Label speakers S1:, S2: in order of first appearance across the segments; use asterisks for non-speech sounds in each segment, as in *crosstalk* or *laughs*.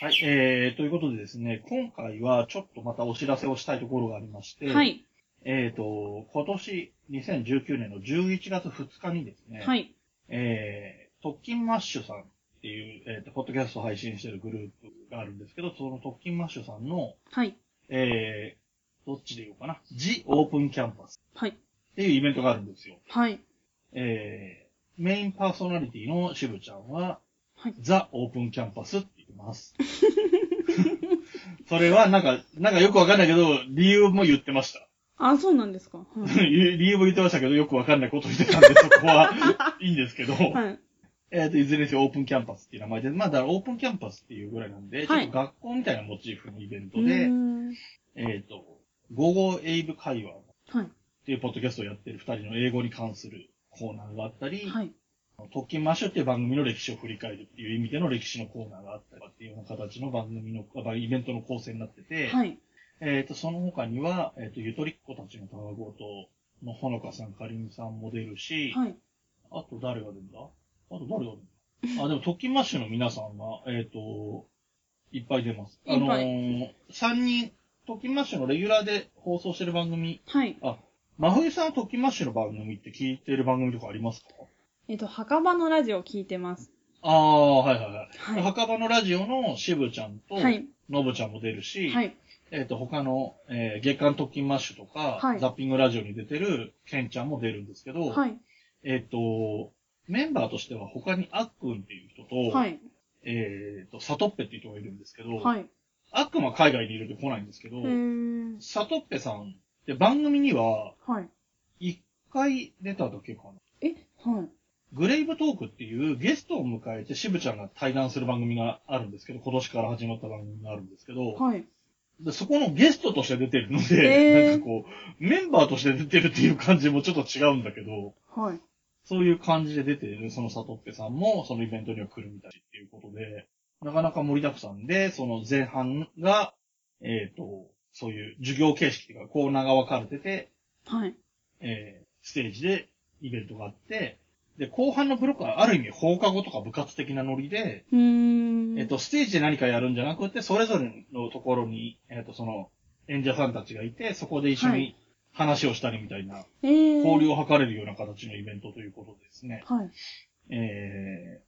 S1: はい、えー、ということでですね、今回はちょっとまたお知らせをしたいところがありまして、
S2: はい。
S1: えっ、と、今年2019年の11月2日にですね、
S2: はい。
S1: えー、特勤マッシュさんっていう、えーと、ポッドキャストを配信してるグループがあるんですけど、その特勤マッシュさんの、
S2: はい。
S1: えー、どっちで言おうかな、ジ・オープンキャンパス
S2: はい。
S1: っていうイベントがあるんですよ。
S2: はい。
S1: えー、メインパーソナリティのしぶちゃんは、
S2: はい
S1: ザ・オープンキャンパスって言ってます。 *laughs* それはなんか、なんかよくわかんないけど、理由も言ってました。 *laughs*
S2: あ、そうなんですか。は
S1: 理由も言ってましたけど、よくわかんないこと言ってたんで、
S2: *laughs*
S1: そこはいいんですけど、
S2: い。はい。
S1: えっと、いずれにせよオープンキャンパスっていう名前で、まあ、だからオープンキャンパスっていうぐらいなんで、
S2: は
S1: ち
S2: い
S1: ょっと学校みたいなモチーフのイベン
S2: う
S1: トで、
S2: ーん。
S1: えっ、と、午後エイブ会話っ
S2: はい。
S1: ていうポッドキャストをやってる二人の英語に関するコーナーがあったり、
S2: はい。
S1: 特勤マッシュっていう番組の歴史を振り返るっていう意味での歴史のコーナーがあったりとかっていうような形の番組の、あイベントの構成になってて、
S2: はい。
S1: えっ、と、その他には、えっ、と、ゆとりっ子たちのたわごとのほのかさん、かりんさんも出るし、
S2: はい。
S1: あと誰が出るんだあと誰が出るんだあ、でも特勤マッシュの皆さんは、えっ、と、いっぱい出ます。あのー、3人、特勤マッシュのレギュラーで放送してる番組、
S2: はい。
S1: あ、真冬さんは特勤マッシュの番組って聞いてる番組とかありますか
S2: えっと、墓場のラジオを聞いてます。
S1: ああ、はいはいはい。
S2: は
S1: 墓場のラジオのしぶちゃんと
S2: い。、はい。
S1: のぶちゃんも出るし、
S2: はい。
S1: えっ、と、他の、えー月刊特勤マッシュとか、
S2: はい
S1: ザッピングラジオに出てるケンちゃんも出るんですけど、
S2: はい。
S1: えっ、と、メンバーとしては他にあっくんっていう人と、
S2: はい。
S1: えっ、と、サトッペっていう人がいるんですけど、
S2: はい。
S1: あっくんは海外にいるんで来ないんですけど
S2: へ、ー。
S1: サトッペさんって番組には
S2: はい。
S1: 1回出ただけかな。
S2: えはい。
S1: グレイブトークっていうゲストを迎えて渋ちゃんが対談する番組があるんですけど、今年から始まった番組があるんですけど、
S2: はい。
S1: でそこのゲストとして出てるので、
S2: へー
S1: なんかこう、メンバーとして出てるっていう感じもちょっと違うんだけど、
S2: はい。
S1: そういう感じで出てる、そのサトッペさんもそのイベントには来るみたいっていうことで、なかなか盛りだくさんで、その前半が、えっ、と、そういう授業形式というかコーナーが分かれてて、
S2: はい。
S1: えーステージでイベントがあって、で、後半のブロックはある意味放課後とか部活的なノリで、
S2: うーん。
S1: えっ、と、ステージで何かやるんじゃなくて、それぞれのところに、えっ、と、その、演者さんたちがいて、そこで一緒
S2: は
S1: に
S2: い
S1: 話をしたりみたいな、
S2: えー。
S1: 交流を図れるような形のイベントということですね。
S2: はい。
S1: え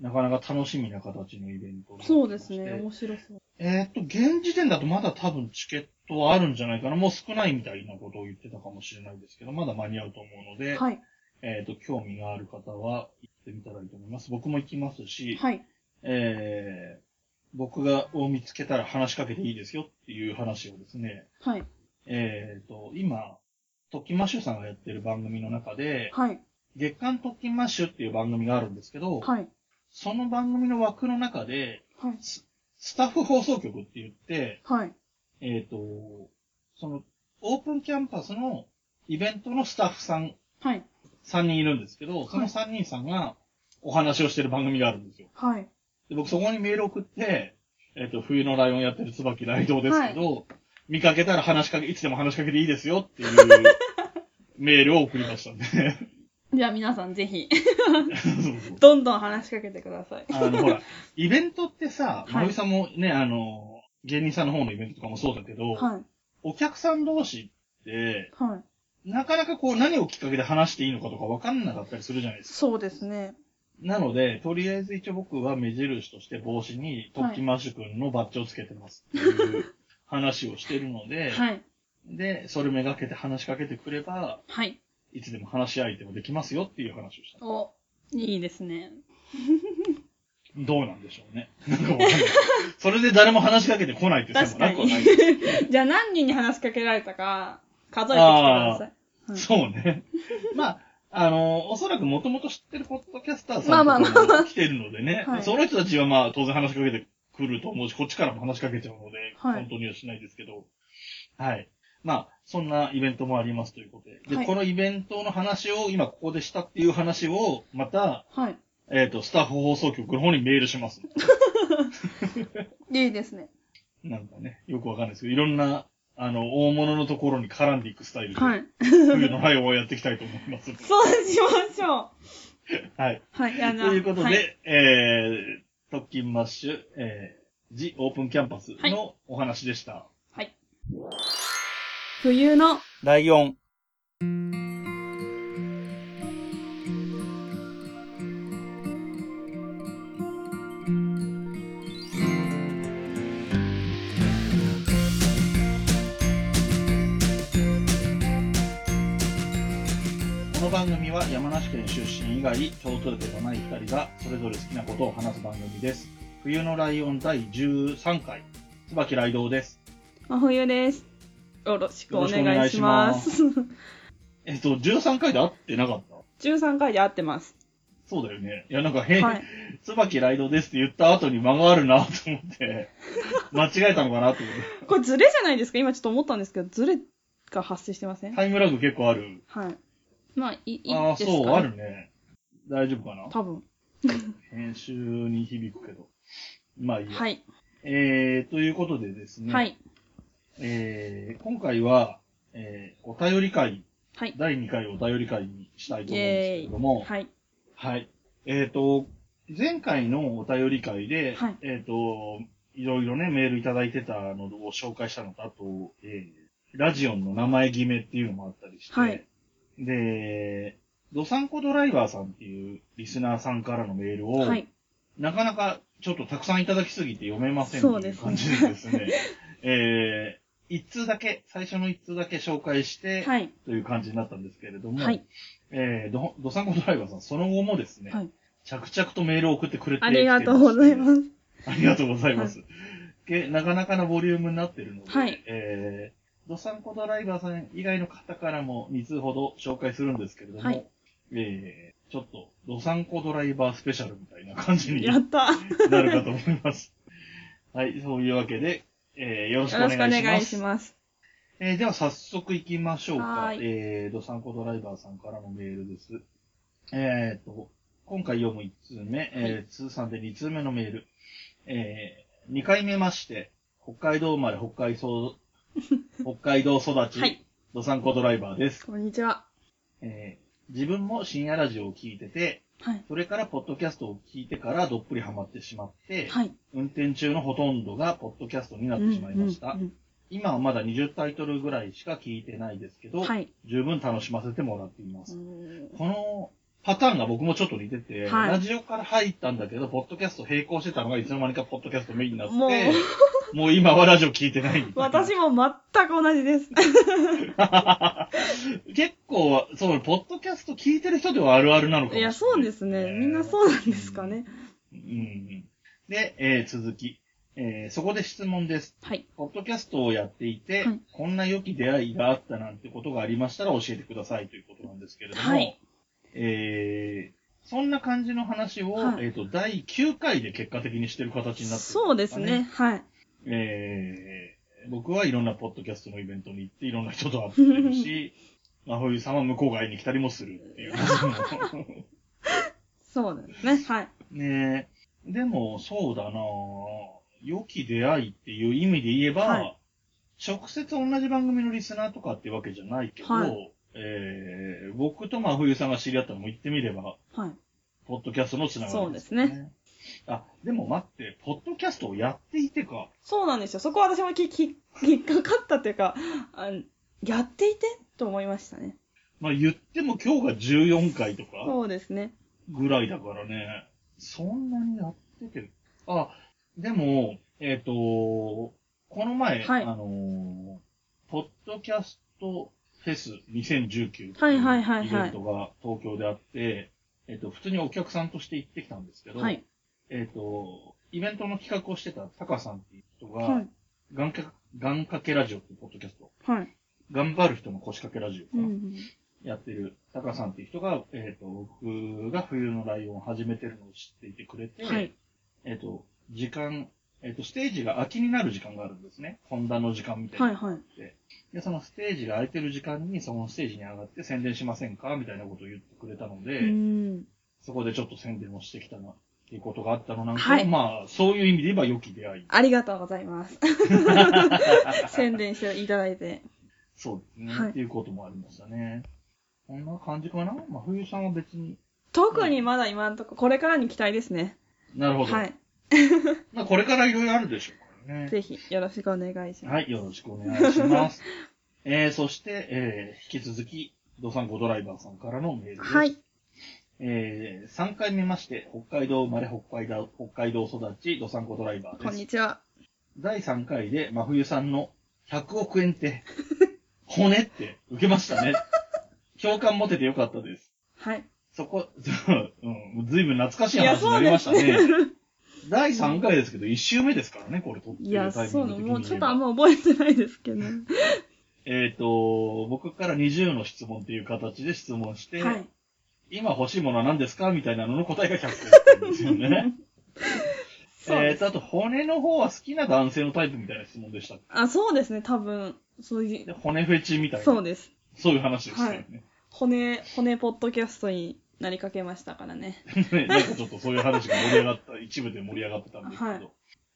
S1: ー、なかなか楽しみな形のイベントになってまして
S2: そうですね。面白そう。
S1: えっ、と、現時点だとまだ多分チケットはあるんじゃないかな。もう少ないみたいなことを言ってたかもしれないですけど、まだ間に合うと思うので、
S2: はい。
S1: えっ、と、興味がある方は行ってみたらいいと思います。僕も行きますし、
S2: はい。
S1: えー、僕がを見つけたら話しかけていいですよっていう話をですね、
S2: はい。
S1: えっ、と、今、特勤マッシュさんがやってる番組の中で、
S2: はい。
S1: 月刊特勤マッシュっていう番組があるんですけど、
S2: はい。
S1: その番組の枠の中で、
S2: はい。
S1: ススタッフ放送局って言って、
S2: はい。
S1: えっ、と、その、オープンキャンパスのイベントのスタッフさん
S2: はい。
S1: 3人いるんですけど、その3人さんがお話をしてる番組があるんですよ。
S2: はい。
S1: で僕そこにメール送って、えっ、と、冬のライオンやってる椿ライドウですけど、見かけたら話しかけ、いつでも話しかけていいですよっていう
S2: *laughs*
S1: メールを送りましたね。
S2: じゃあ皆さんぜひ、
S1: そうそう
S2: どんどん話しかけてください。
S1: あの、ほら、イベントってさ
S2: は、い
S1: まゆさんもね、あの、芸人さんの方のイベントとかもそうだけど、
S2: はい。
S1: お客さん同士って、
S2: はい。
S1: なかなかこう何をきっかけで話していいのかとかわかんなかったりするじゃないですか。
S2: そうですね。
S1: なので、とりあえず一応僕は目印として帽子に、トッキマッシュ君のバッジをつけてますっていう
S2: *laughs*
S1: 話をしてるので、
S2: はい。
S1: で、それめがけて話しかけてくれば、
S2: はい。
S1: いつでも話し相手もできますよっていう話をした。
S2: お、いいですね。
S1: どうなんでしょうね。なんかわかんない。それで誰も話しかけてこないってさ、
S2: 確か
S1: なくは
S2: に
S1: ない。。
S2: じゃあ何人に話しかけられたか、数えてきてください。うん
S1: そうね。まあ、あの、おそらくもともと知ってるポッドキャスター
S2: ま
S1: さ
S2: あまあ
S1: ん
S2: ま
S1: と
S2: あ
S1: かも来てるのでね、
S2: はい
S1: その人たちはまあ当然話しかけてくると思うし、こっちからも話しかけちゃうので、
S2: はい
S1: 本当にはしないですけど、はい。まあ、そんなイベントもありますということで。で、
S2: はい
S1: このイベントの話を今ここでしたっていう話を、また、
S2: はい。
S1: えっ、と、スタッフ放送局の方にメールします。
S2: いいですね。
S1: なんかね、よくわかんないですけど、いろんな、あの、大物のところに絡んでいくスタイルで、
S2: はい。
S1: 冬のライオンをやっていきたいと思い
S2: *laughs*
S1: ます。
S2: そうしましょう。
S1: はい。
S2: はい。あ
S1: ということで、
S2: はい、
S1: えー、特勤マッシュ、えジ・オープンキャンパス
S2: はい
S1: のお話でした。
S2: 冬の
S1: ライオン。この番組は山梨県出身以外、共通点のない2人がそれぞれ好きなことを話す番組です。冬のライオン第13回、椿雷道です。
S2: 真冬です。よろしく
S1: よ
S2: お
S1: ろしくお願
S2: 願
S1: い
S2: い
S1: し
S2: し
S1: ま
S2: ます。
S1: えっと、13回で会ってなかった
S2: 13回で合ってます。
S1: そうだよね。いや、なんか変、
S2: はい。
S1: 椿ライドですって言った後に間があるなと思って、 *laughs* 間違えたのかなと思って。
S2: これズレじゃないですか今ちょっと思ったんですけど、ズレが発生してませんはい。
S1: タイムラグ結構ある。
S2: まあ、いい、いいですか、ね、
S1: ああ、そう、あるね。大丈夫かな
S2: 多分。
S1: 編集に響くけど。まあいいや。
S2: はい。
S1: えー、ということでですね。
S2: はい。
S1: えー、今回は、えー、お便り会、
S2: はい。
S1: 第2回お便り会にしたいと思うんですけれども、
S2: はい。
S1: はい。えっ、と、前回のお便り会で、
S2: はい
S1: えっ、と、いろいろね、メールいただいてたのを紹介したのと、あと、えーラジオンの名前決めっていうのもあったりして、
S2: はい
S1: で、ドサンコドライバーさんっていうリスナーさんからのメールを、
S2: はい。
S1: なかなかちょっとたくさんいただきすぎて読めません
S2: そう
S1: ってい
S2: で
S1: う
S2: すね
S1: 感じでですね、
S2: *laughs*
S1: えー、一通だけ、最初の一通だけ紹介して、
S2: はい。
S1: という感じになったんですけれども、
S2: はい。
S1: えー、ど、どさんこドライバーさん、その後もですね、
S2: はい
S1: 着々とメールを送ってくれて。
S2: ありがとうございますす。
S1: ありがとうございます。でなかなかなボリュームになってるので、
S2: はい
S1: えー、どさんこドライバーさん以外の方からも2通ほど紹介するんですけれども、
S2: はい
S1: えー、ちょっと、どさんこドライバースペシャルみたいな感じに
S2: や
S1: な
S2: った。
S1: るかと思います。はい、そういうわけで、えー、よろしく
S2: よ
S1: お
S2: ろ
S1: 願いし
S2: し
S1: ます。
S2: くお願いします。
S1: えーでは早速行きましょうか
S2: は。い
S1: えー、ドサンコドライバーさんからのメールです。えーと、今回読む1通目、えー、通算で2通目のメール。えー、2回目まして、北海道生まれ、北海道、
S2: *laughs*
S1: 北海道育ち、
S2: はい。
S1: ドサンコドライバーです。
S2: こんにちは。
S1: えー、自分も深夜ラジオを聞いてて、
S2: はい。
S1: それからポッドキャストを聞いてからどっぷりハマってしまって、
S2: はい。
S1: 運転中のほとんどがポッドキャストになってしまいました。
S2: うんうん
S1: 今はまだ20タイトルぐらいしか聞いてないですけ
S2: う
S1: ど、
S2: んはい。
S1: 十分楽しませてもらっています。
S2: うん
S1: このパターンが僕もちょっと似てて、
S2: はい
S1: ラジオから入ったんだけど、ポッドキャスト並行してたのがいつの間にかポッドキャストメインになって、
S2: も
S1: *laughs* も
S2: う
S1: う今はラジオ聞いてないみたいな。
S2: 私も全く同じです。
S1: 結構、そう、ポッドキャスト聞いてる人ではあるあるなのかもしれない
S2: い。や、そうですね。みんなそうなんですかね。
S1: うん。うん。で、えー続き。えーそこで質問です。
S2: はい。
S1: ポッドキャストをやっていて、
S2: はい
S1: こんな良き出会いがあったなんてことがありましたら教えてくださいということなんですけれども、
S2: はい
S1: えー、そんな感じの話を、
S2: はい
S1: えっ、と、第9回で結果的にしてる形になってるんかね
S2: そうですね。。はい。
S1: えー、僕はいろんなポッドキャストのイベントに行って、いろんな人と会ってる
S2: *laughs*
S1: し、まほゆさんは向こう側に来たりもするっていう。
S2: そうですね。はい。
S1: ねえ、でも、そうだなぁ良き出会いっていう意味で言えば、
S2: はい
S1: 直接同じ番組のリスナーとかってわけじゃないけど、
S2: は
S1: えー僕と真冬さんが知り合ったのも言ってみれば、
S2: はい。
S1: ポッドキャストのつながりよ
S2: そう
S1: あ、でも待って、ポッドキャストをやっていてか。
S2: そうなんですよ。そこは私もき、き、引っかかったというか、あやっていてと思いましたね。
S1: まあ言っても今日が14回とか
S2: そうですね。
S1: ぐらいだからね。そんなにやってて。あ、でも、えっ、と、この前、
S2: はい
S1: あのー、ポッドキャストフェス2019って
S2: はいいうはいはいはい
S1: イベントが東京であって、えっ、と、普通にお客さんとして行ってきたんですけど、
S2: はい。
S1: えっ、と、イベントの企画をしてたタカさんっていう人が、
S2: はい。
S1: 願掛願掛けラジオっていうポッドキャスト、
S2: はい。
S1: 頑張る人の腰掛けラジオ
S2: う
S1: か
S2: ん
S1: な、
S2: うん。
S1: やってるタカさんっていう人が、えっ、と、僕が冬のライオンを始めてるのを知っていてくれて、
S2: はい。
S1: えっ、と、時間、えっ、と、ステージが空きになる時間があるんですね。ホンダの時間みたいな。
S2: はい。はい。
S1: で、そのステージが空いてる時間に、そのステージに上がって宣伝しませんかみたいなことを言ってくれたので、
S2: うん。
S1: そこでちょっと宣伝をしてきたな、っていうことがあったのなんか、
S2: はい
S1: まあ、そういう意味で言えば良き出会い。
S2: ありがとうござい
S1: *laughs*
S2: ます。宣伝していただいて。
S1: そうですね。
S2: はい
S1: っていうこともありましたね。こんな感じかなまあ、冬さんは別に。
S2: 特にまだ今のとこ、これからに期待ですね。
S1: なるほど。
S2: はい。
S1: まあこれからいろいろあるでしょうからね。
S2: ぜひ、よろしくお願いします。
S1: はい、よろしくお願いし
S2: *laughs*
S1: ます。えー、そして、えー、引き続き、ドサンコドライバーさんからのメールです。
S2: はい。
S1: えー、3回目まして、北海道生まれ、北海道、北海道育ち、ドサンコドライバー
S2: こ
S1: で
S2: ん
S1: す
S2: に。ちは。
S1: 第3回で真冬さんの100億円って、 *laughs* 骨って受けました
S2: *laughs*
S1: ね。共感持ててよかったです。
S2: はい。
S1: そこ、 *laughs* そううん、ずいぶん懐かしい
S2: いや
S1: 話になりました
S2: そうで
S1: ね。第3回ですけど、1周目ですからね、これ撮って
S2: いや、
S1: るタイミ
S2: そう
S1: ング
S2: なの。
S1: 的に
S2: もうちょっとあ
S1: 言え
S2: ん
S1: ば
S2: ま覚えてないですけど。は
S1: えっ、と、僕から20の質問っていう形で質問して、
S2: い。
S1: 今欲しいものは何ですかみたいなのの答えが100個なんですよね。
S2: *laughs* そう
S1: えっ
S2: です。
S1: と、あと、骨の方は好きな男性のタイプみたいな質問でした。
S2: あ、そうですね、多分。そうい
S1: で
S2: う、
S1: 骨フェチみたいな。
S2: そうです。
S1: そういう話でしたよね。
S2: 骨、骨ポッドキャストになりかけましたからね。
S1: *laughs* ねなんかちょっとそういう話が盛り上がった、一部で盛り上がってたんですけど。
S2: はい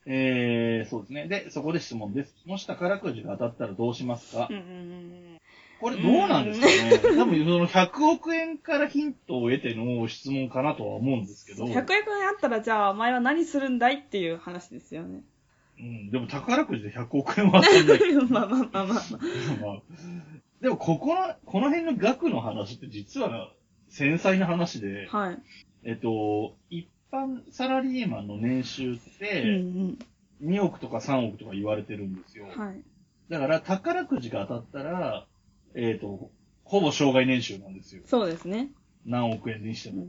S1: えー、そうですね。で、そこで質問です。もし宝くじが当たったらどうしますか、
S2: うんうんうん
S1: これどうなんですかね多分その100億円からヒントを得ての質問かなとは思うんですけ
S2: う
S1: ど。
S2: ん。100億円あったら、じゃあ、お前は何するんだいっていう話ですよね。 *laughs*
S1: うん、でも宝くじで100億円は当たんないけ
S2: まあまあまあまあまあ。
S1: ど、まあ、でもここの、この辺の額の話って実は繊細な話で、
S2: はい。
S1: えっと、一般サラリーマンの年収っ
S2: うん
S1: て2億とか3億とか言われてるんですよ。
S2: うん。はい。
S1: だから宝くじが当たったら、えっと、ほぼ障害年収なんですよ。
S2: そうですね。
S1: 何億円にして
S2: う
S1: も。
S2: ん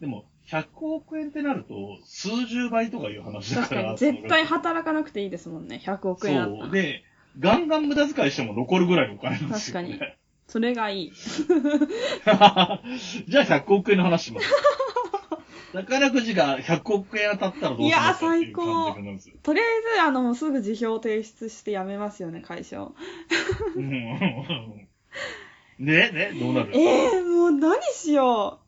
S1: でも、100億円ってなると、数十倍とかいう話だ
S2: 確
S1: か。
S2: からに、絶対働かなくていいですもんね。100億円あった
S1: そう。
S2: ら。
S1: で、ガンガン無駄遣いしても残るぐらいのお金なんです
S2: 確
S1: よ、
S2: か
S1: ね。
S2: に。それがい
S1: *laughs*
S2: い。
S1: じゃあ100億円の話し
S2: *laughs*
S1: ます。宝くじが100億円当たったらどうしますかっていう感じなんですよ。
S2: とりあえず、あの、もうすぐ辞表を提出して辞めますよね、会社を。
S1: うんうんうんねねどうなる
S2: えー、もう何しよ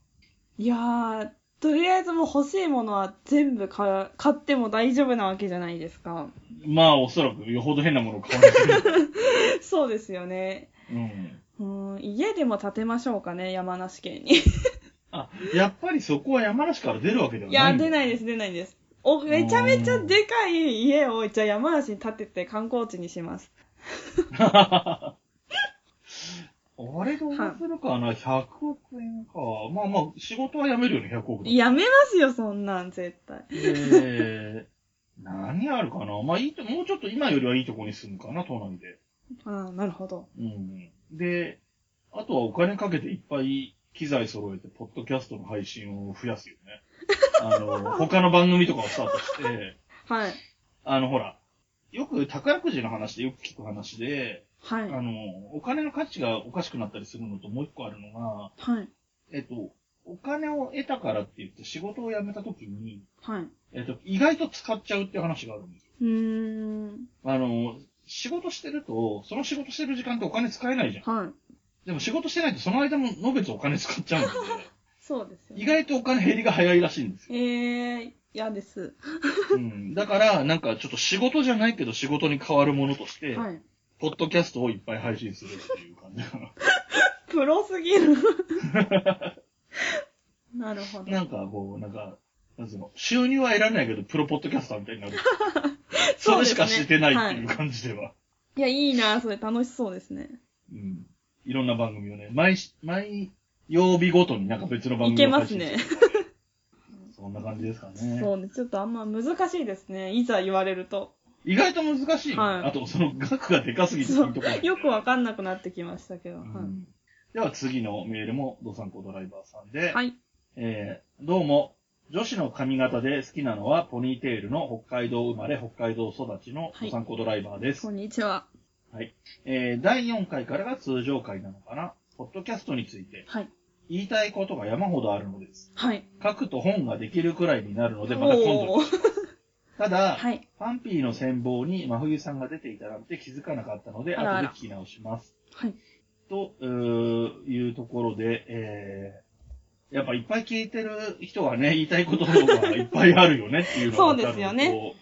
S2: う。いやー、とりあえずもう欲しいものは全部か買っても大丈夫なわけじゃないですか。 *laughs*
S1: まあおそらくよほど変なものを買わないと、
S2: そうですよね。
S1: うん。
S2: うん、家でも建てましょうかね、山梨県に。い
S1: あ、やっぱりそこは山梨から出るわけではない
S2: や、
S1: んだ
S2: 出ないです、出ないです。お、めちゃめちゃでかい家を、じゃあ山梨に建てて観光地にします。
S1: あれどうするかな ?100 億円か。まあまあ、仕事は辞めるよね、100億だったら
S2: やめますよ、そんなん、絶対。
S1: で、何あるかなまあいいと、もうちょっと今よりはいいとこに住むかな、都内で。
S2: ああ、なるほど。
S1: うん。で、あとはお金かけていっぱい機材揃えて、ポッドキャストの配信を増やすよ
S2: *laughs*
S1: ね。あの、他の番組とかをスタートして、
S2: はい。
S1: あの、ほら、よく宝くじの話でよく聞く話で、
S2: は
S1: あ
S2: い。
S1: の、お金の価値がおかしくなったりするのともう一個あるのが、
S2: はい。
S1: えっと、お金を得たからって言って仕事を辞めた時に、
S2: はい。
S1: えっと、意外と使っちゃうっていう話があるんですよ
S2: うーん。
S1: あの、仕事してると、その仕事してる時間ってお金使えないじゃん。
S2: はい。
S1: でも仕事してないとその間も延べてお金使っちゃうんで、
S2: そうです *laughs* よ、
S1: 意
S2: ね。
S1: 外とお金減りが早いらしいんですよ。
S2: えー、嫌です。
S1: うん、だから、なんかちょっと仕事じゃないけど仕事に変わるものとして、
S2: はい。
S1: ポッドキャストをいっぱい配信するっていう感じ *laughs* か
S2: プロすぎ
S1: *laughs*
S2: る。なるほ
S1: な。
S2: ど。
S1: なんかこう、なんか、なんつうの、収入は得られないけどプロポッドキャスターみたいにな
S2: *laughs*
S1: る。それしかしてないっていう感じでは。
S2: いや、いいな、それ楽しそうですね。
S1: うん。いろんな番組をね、毎し、毎曜日ごとになんか別の番
S2: い
S1: 組
S2: け
S1: を
S2: ま
S1: 配
S2: す
S1: 信
S2: ね
S1: する。そんな感じですかね。
S2: そうね。ちょっとあんま難しいですね。いざ言われると。
S1: 意外と難しいよね、
S2: はい
S1: あと、その額がでかすぎていい
S2: そ
S1: とこな
S2: う。
S1: い
S2: よくわかんなくなってきましたけど。
S1: う
S2: は
S1: んでは次のメールも、ドサンコドライバーさんで、
S2: い。はい。
S1: えー、どうも、女子の髪型で好きなのはポニーテールの北海道生まれ、北海道育ちのドサンコドライバーです。
S2: こんにちは。
S1: えー、第4回からが通常回なのかな。ポッドキャストについて、
S2: はい。
S1: 言いたいことが山ほどあるのです。
S2: はい。
S1: 書くと本ができるくらいになるので、また今
S2: お
S1: 度。
S2: ー。
S1: ただ、
S2: はい。
S1: パンピーの戦望に真冬さんが出ていたなんて気づかなかったので、
S2: あらあ
S1: 後で
S2: ら
S1: 聞き直します。
S2: はい。
S1: とうーいうところで、えー、やっぱいっぱい聞いてる人はね、言いたいことがいっぱいあるよねっていうのがわかるのと
S2: そうですよね。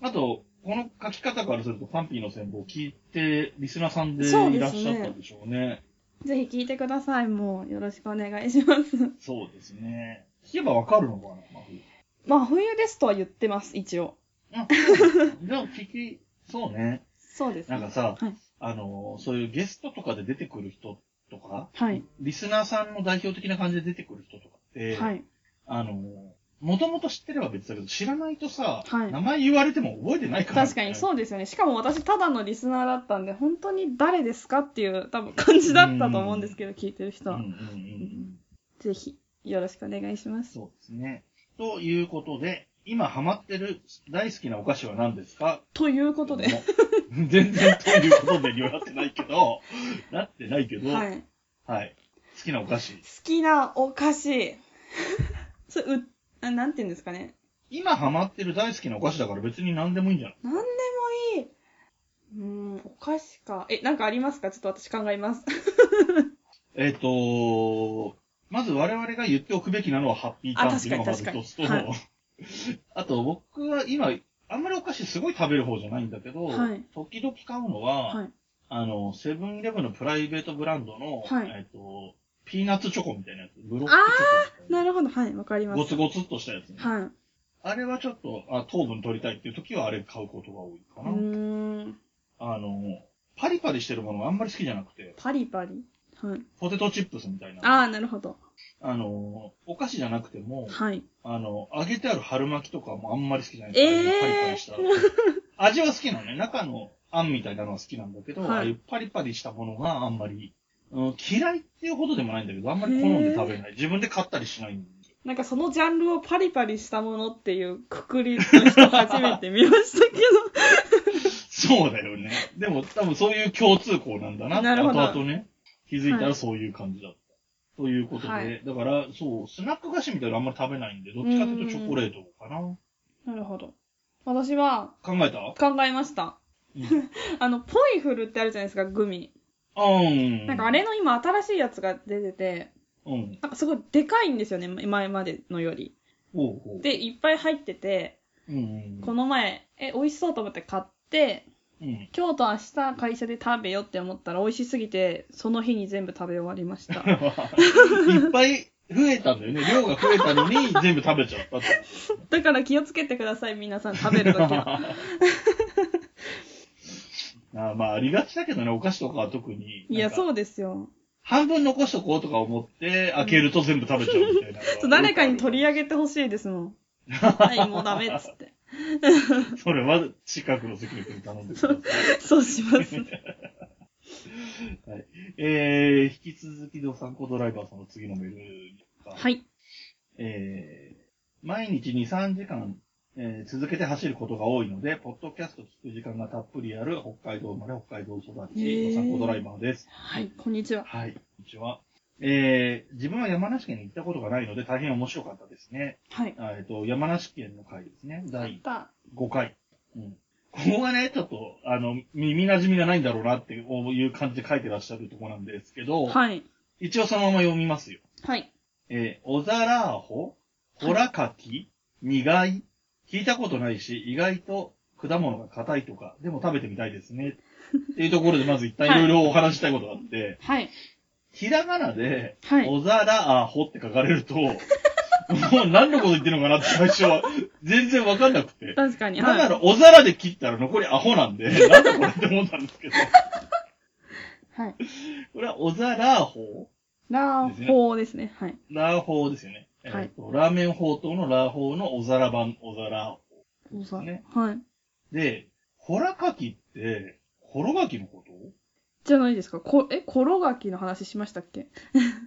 S1: あと、この書き方からすると、パンピーの戦望を聞いて、リスナーさんで
S2: そう
S1: い
S2: で
S1: らっ
S2: すね
S1: しゃったでしょうね。
S2: ぜひ聞いてください。もうよろしくお願いします。
S1: そうですね。聞けばわかるのかな、真冬
S2: *laughs* まあ冬ですとは言ってます、一応。 *laughs*
S1: うん。でも聞き、そうね。
S2: そうです、
S1: なんかさ、
S2: はい
S1: あの、そういうゲストとかで出てくる人とか、
S2: はい。
S1: リスナーさんの代表的な感じで出てくる人とかって、
S2: はい。
S1: あの、もともと知ってれば別だけど、知らないとさ、
S2: はい
S1: 名前言われても覚えてないから。
S2: 確かにそうですよね。しかも私、ただのリスナーだったんで、本当に誰ですかっていう、多分感じだったと思うんですけど、聞いてる人
S1: うんう
S2: は。
S1: んうんうん。
S2: ぜひ、よろしくお願いします。
S1: そうですね。ということで、今ハマってる大好きなお菓子は何ですか
S2: ということで。。
S1: もう全然ということでにはなってないけど、なってないけど、は。
S2: はいい。
S1: 好きなお菓子。
S2: 好きなお菓子。 *laughs* それ、う、あなんて言うんですかね。
S1: 今ハマってる大好きなお菓子だから別に何でもいいんじゃない
S2: なんでもいい。うーん、お菓子か。え、なんかありますかちょっと私考えます。
S1: えっ、とまず我々が言っておくべきなのはハッピーターンっていうのがまず
S2: あ確かに
S1: 一つと、
S2: 確かに
S1: *laughs* あと僕は今、あんまりお菓子すごい食べる方じゃないんだけど、
S2: はい
S1: 時々買うのは、
S2: はい。
S1: あの、セブンイレブンのプライベートブランドの、
S2: はい
S1: えっ、と、ピーナッツチョコみたいなやつ、ブロックチョコみたいな
S2: なるほど。はい、わかりま
S1: ゴ
S2: す。
S1: ツゴツっとしたやつね、
S2: はい。う
S1: あれはちょっとあ糖分取りたいっていう時はあれ買うことが多いかな。
S2: ーん。
S1: あの、パリパリしてるものがあんまり好きじゃなくて、
S2: パリパリ。はい。
S1: ポテトチップスみたいな。
S2: ああ、なるほど。
S1: あの、お菓子じゃなくても、
S2: はい。
S1: あの、揚げてある春巻きとかもあんまり好きじゃない
S2: えー
S1: パリパリした。味は好きなのね。中のあんみたいなのは好きなんだけど、
S2: はい
S1: ああいうパリパリしたものがあんまり、うん、嫌いっていうほどでもないんだけど、あんまり好んで食べない。自分で買ったりしないんだよ
S2: なんかそのジャンルをパリパリしたものっていうくくりの人初めて見ましたけ
S1: そうだよね。でも多分そういう共通項なんだなって。
S2: なるほど
S1: 後々ね、気づいた
S2: は
S1: ら
S2: い
S1: そういう感じだった。ということで、
S2: はい
S1: だから、そう、スナック菓子みたいなのあんまり食べないんで、どっちかというとチョコレートかな。 *laughs*
S2: ど。なるほど。私は
S1: 考えた
S2: 考えました。 *laughs*
S1: うん。
S2: あの、ポイフルってあるじゃないですか、グミ。
S1: うん。
S2: なんかあれの今新しいやつが出てて、
S1: うん。
S2: なんかすごいでかいんですよね、前までのより。
S1: ほうほう。
S2: で、いっぱい入ってて、
S1: うんうん、
S2: この前、え、美味しそうと思って買って、
S1: うん。 *laughs*
S2: 今日と明日会社で食べようって思ったら美味しすぎて、その日に全部食べ終わりま *laughs* した。
S1: いっぱい増えたんだよね。量が増えたのに全部食べちゃったって
S2: だから気をつけてください、皆さん食べるときは。 *laughs*
S1: あーまあ、ありがちだけどね、お菓子とかは特に。
S2: いや、
S1: う。
S2: そうですよ。
S1: 半分残しとこうとか思って、開けると全部食べちゃうみたいな。
S2: そう誰かに取り上
S1: げ
S2: げてほしいですもん。はい、もうダメっつって。
S1: それは近くのセキュリティに頼んでください。
S2: そうします。
S1: えー、引き続きドサンコドライバーさんの次のメールが
S2: はい。
S1: えー毎日2、3時間、えー続けて走ることが多いので、ポッドキャスト聞く時間がたっぷりある北海道生まれ、北海道育
S2: へ
S1: ち、
S2: ー
S1: お散歩ドライバーです。
S2: はい、こんにちは。
S1: はい、こんにちは。えー自分は山梨県に行ったことがないので大変面白かったですね。
S2: はい。
S1: あえっと、山梨県の回ですね。第
S2: た。
S1: 5回。うん。ここがね、ちょっと、あの、耳馴染みがないんだろうなっていう感じで書いてらっしゃるとこなんですけど、
S2: はい。
S1: 一応そのまま読みますよ。
S2: はい。
S1: えー、おざらあほ、ほらかき、苦い、聞いたことないし、意外と果物が硬いとか、でも食べてみたいですね。っていうところで、まず一旦
S2: はい
S1: いろいろお話ししたいことがあって、
S2: はい。
S1: ひらがなで、
S2: はい。
S1: おざらあほって書かれると、もう何のこと言ってるのかなって最初は、全然わかんなくて。
S2: 確かに。
S1: だか
S2: は
S1: ら、おざらで切ったら残りアホなんで、なんだこれって思ったんですけど、
S2: い。はい。
S1: これはおざらあほ
S2: ラーホーですね。はい。
S1: ラーホーですよね。
S2: はい
S1: えーとラーメン法等のラーホーのお皿版、お皿
S2: お皿
S1: ね
S2: はい。
S1: で、ほらかきって、ほろがきのこと
S2: じゃないですか。こ、え、コロガキの話しましたっけ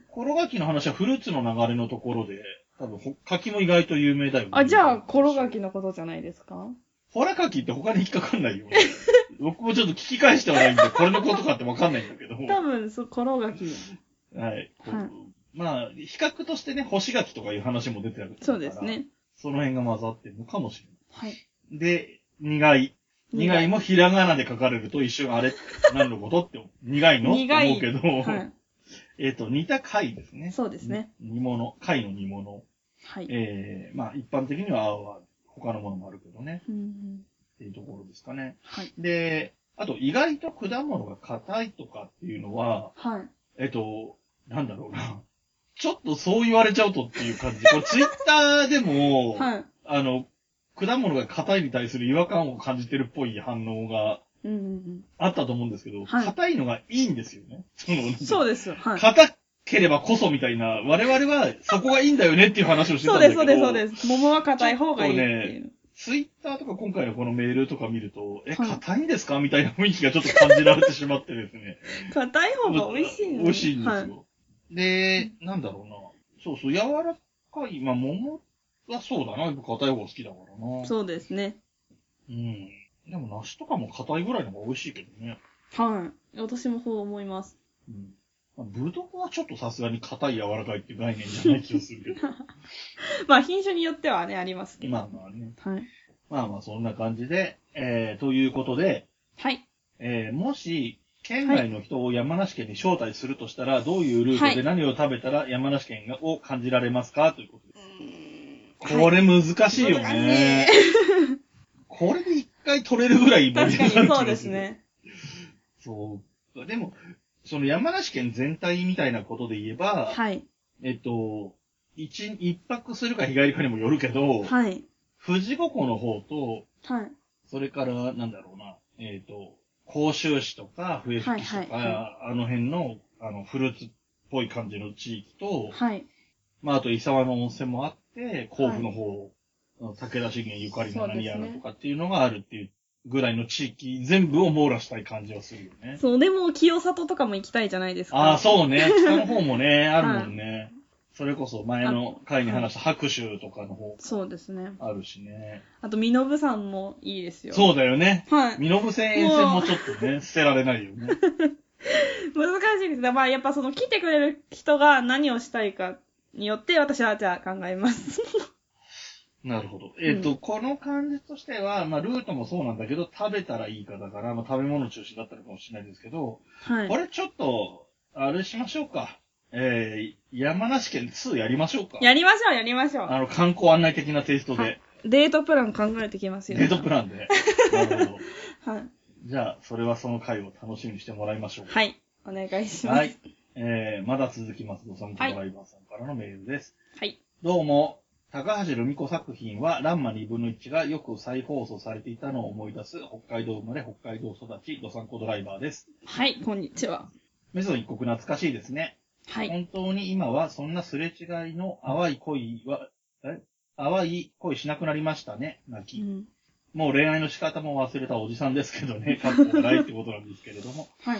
S1: ほろがきの話はフルーツの流れのところで、多分ほ、柿も意外と有名だよね。
S2: あ、じゃあ、コロガキ。のことじゃないですか
S1: ほらかきって他に引っかかんないよ。 *laughs* 僕もちょっと聞き返してはないんで、これのことかってわかんないんだけど。
S2: 多分、そう、コロガキ。
S1: はい。こう
S2: はい
S1: まあ、比較としてね、干し柿とかいう話も出てるから。
S2: そうです。ね。
S1: その辺が混ざってるのかもしれ
S2: はい。
S1: ない。で、苦い。苦いもひらがなで書かれると一瞬あれ、何のことって思う、苦いのって
S2: 苦い
S1: 思うけど、
S2: はい。
S1: えっと、煮た貝ですね。
S2: そうですね
S1: に。煮物、貝の煮物。
S2: はい。
S1: ええまあ一般的には青は他のものもあるけどね、
S2: うんうん。
S1: っていうところですかね。
S2: はい。
S1: で、あと意外と果物が硬いとかっていうのは、
S2: はい。
S1: えっと、なんだ *laughs* ろうな。ちょっとそう言われちゃうとっていう感じ。これツイッターでも、
S2: *laughs* はい。
S1: あの、果物が硬いに対する違和感を感じてるっぽい反応が
S2: うんうん
S1: あったと思うんですけど、
S2: はい
S1: 硬いのがいいんですよね。そのなん
S2: う
S1: か
S2: ん。そうですよ。はい。
S1: 硬ければこそみたいな、我々はそこがいいんだよねっていう話をしてたん
S2: そう
S1: だ
S2: で
S1: け
S2: す、
S1: ど。
S2: そうです、そうです。桃は硬い方がいいっていう。
S1: ツイッターとか今回のこのメールとか見ると、え、
S2: はい
S1: 硬いんですかみたいな雰囲気がちょっと感じられてしまって
S2: *laughs*
S1: ですね。
S2: 硬い方が美味しいの
S1: 美味しいんですよ。
S2: はい。
S1: で、なんだろうな。そうそう、柔らかい、まあ、桃はそうだな。やっぱ硬い方が好きだからな。
S2: そうですね。
S1: うん。でも梨とかも硬いぐらいの方が美味しいけどね。
S2: はい。私もそう思います。
S1: うん。まあブルドッグはちょっとさすがに硬い柔らかいっていう概念じゃない気がする
S2: *laughs*
S1: けど。
S2: まあ、品種によってはね、ありますけど。
S1: まあまあね。
S2: はい。
S1: まあまあそんな感じで、えー、ということで、
S2: はい。
S1: えーもし、県外の人を山梨県に招待するとしたら、どういうルート
S2: は
S1: で
S2: い
S1: 何を食べたら山梨県がを感じられますかということで
S2: はい
S1: す。これ難しいよね。これで一回取れるぐらい盛
S2: 確
S1: り上
S2: か
S1: がる
S2: に
S1: 気が
S2: そうです。ね。
S1: そう。でも、その山梨県全体みたいなことで言えば、
S2: はい。
S1: えっと、一、一泊するか日帰りかにもよるけど、
S2: はい。
S1: 富士五湖の方と、
S2: はい。
S1: それから、なんだろうな、えっ、と、甲州市とか、笛吹市とか、
S2: はいはい
S1: あの辺の、あの、フルーツっぽい感じの地域と、
S2: はい。
S1: まあ、あと、伊沢の温泉もあって、甲府の方、武田信玄ゆかりの何やら
S2: そうです
S1: と
S2: ね
S1: かっていうのがあるっていうぐらいの地域、全部を網羅したい感じはするよね。
S2: そう、でも、清里とかも行きたいじゃないですか。
S1: ああ、そう
S2: *laughs*
S1: ね。北の方もね、あるもんね。それこそ前の回に話した白州とかの方
S2: そうですね。
S1: あるしね。
S2: あと、身延山もいいですよ。
S1: そうだよね。
S2: はい。
S1: 身延線沿線もちょっとね、捨てられないよね。
S2: 難しいですね。まあ、やっぱその来てくれる人が何をしたいかによって、私はじゃあ考
S1: *laughs*
S2: えます。
S1: なるほど。えっ、と、
S2: う
S1: この感じとしては、まあ、ルートもそうなんだけど、食べたらいいかだから、まあ、食べ物中心だったのかもしれないですけど、
S2: はい。
S1: これちょっと、あれしましょうか。えー、山梨県2やりましょうか。
S2: やりましょう、やりましょう。
S1: あの、観光案内的なテイスト
S2: は
S1: で
S2: い、デートプラン考えてきます
S1: デ
S2: よ。
S1: ートプラン
S2: *laughs*
S1: で。なるほど。
S2: はい。
S1: じゃあ、それはその回を楽しみにしてもらいましょう。
S2: はい。お願いします。
S1: はい。。えー、まだ続きます。ドサンコドライバーさんからのメールです。
S2: はい。
S1: どうも、高橋留美子作品は、ランマ2分の1がよく再放送されていたのを思い出す、北海道生まれ、北海道育ち、ドサンコドライバーです。
S2: はい、こんにちは。
S1: メゾン一国懐かしいですね。
S2: はい。
S1: 本当に今はそんなすれ違いの淡い恋は、え淡い恋しなくなりましたね、泣
S2: う
S1: き。
S2: ん、
S1: もう恋愛の仕方も忘れたおじさんですけど
S2: *laughs*
S1: ね、かっこないってことなんですけれども。
S2: はい。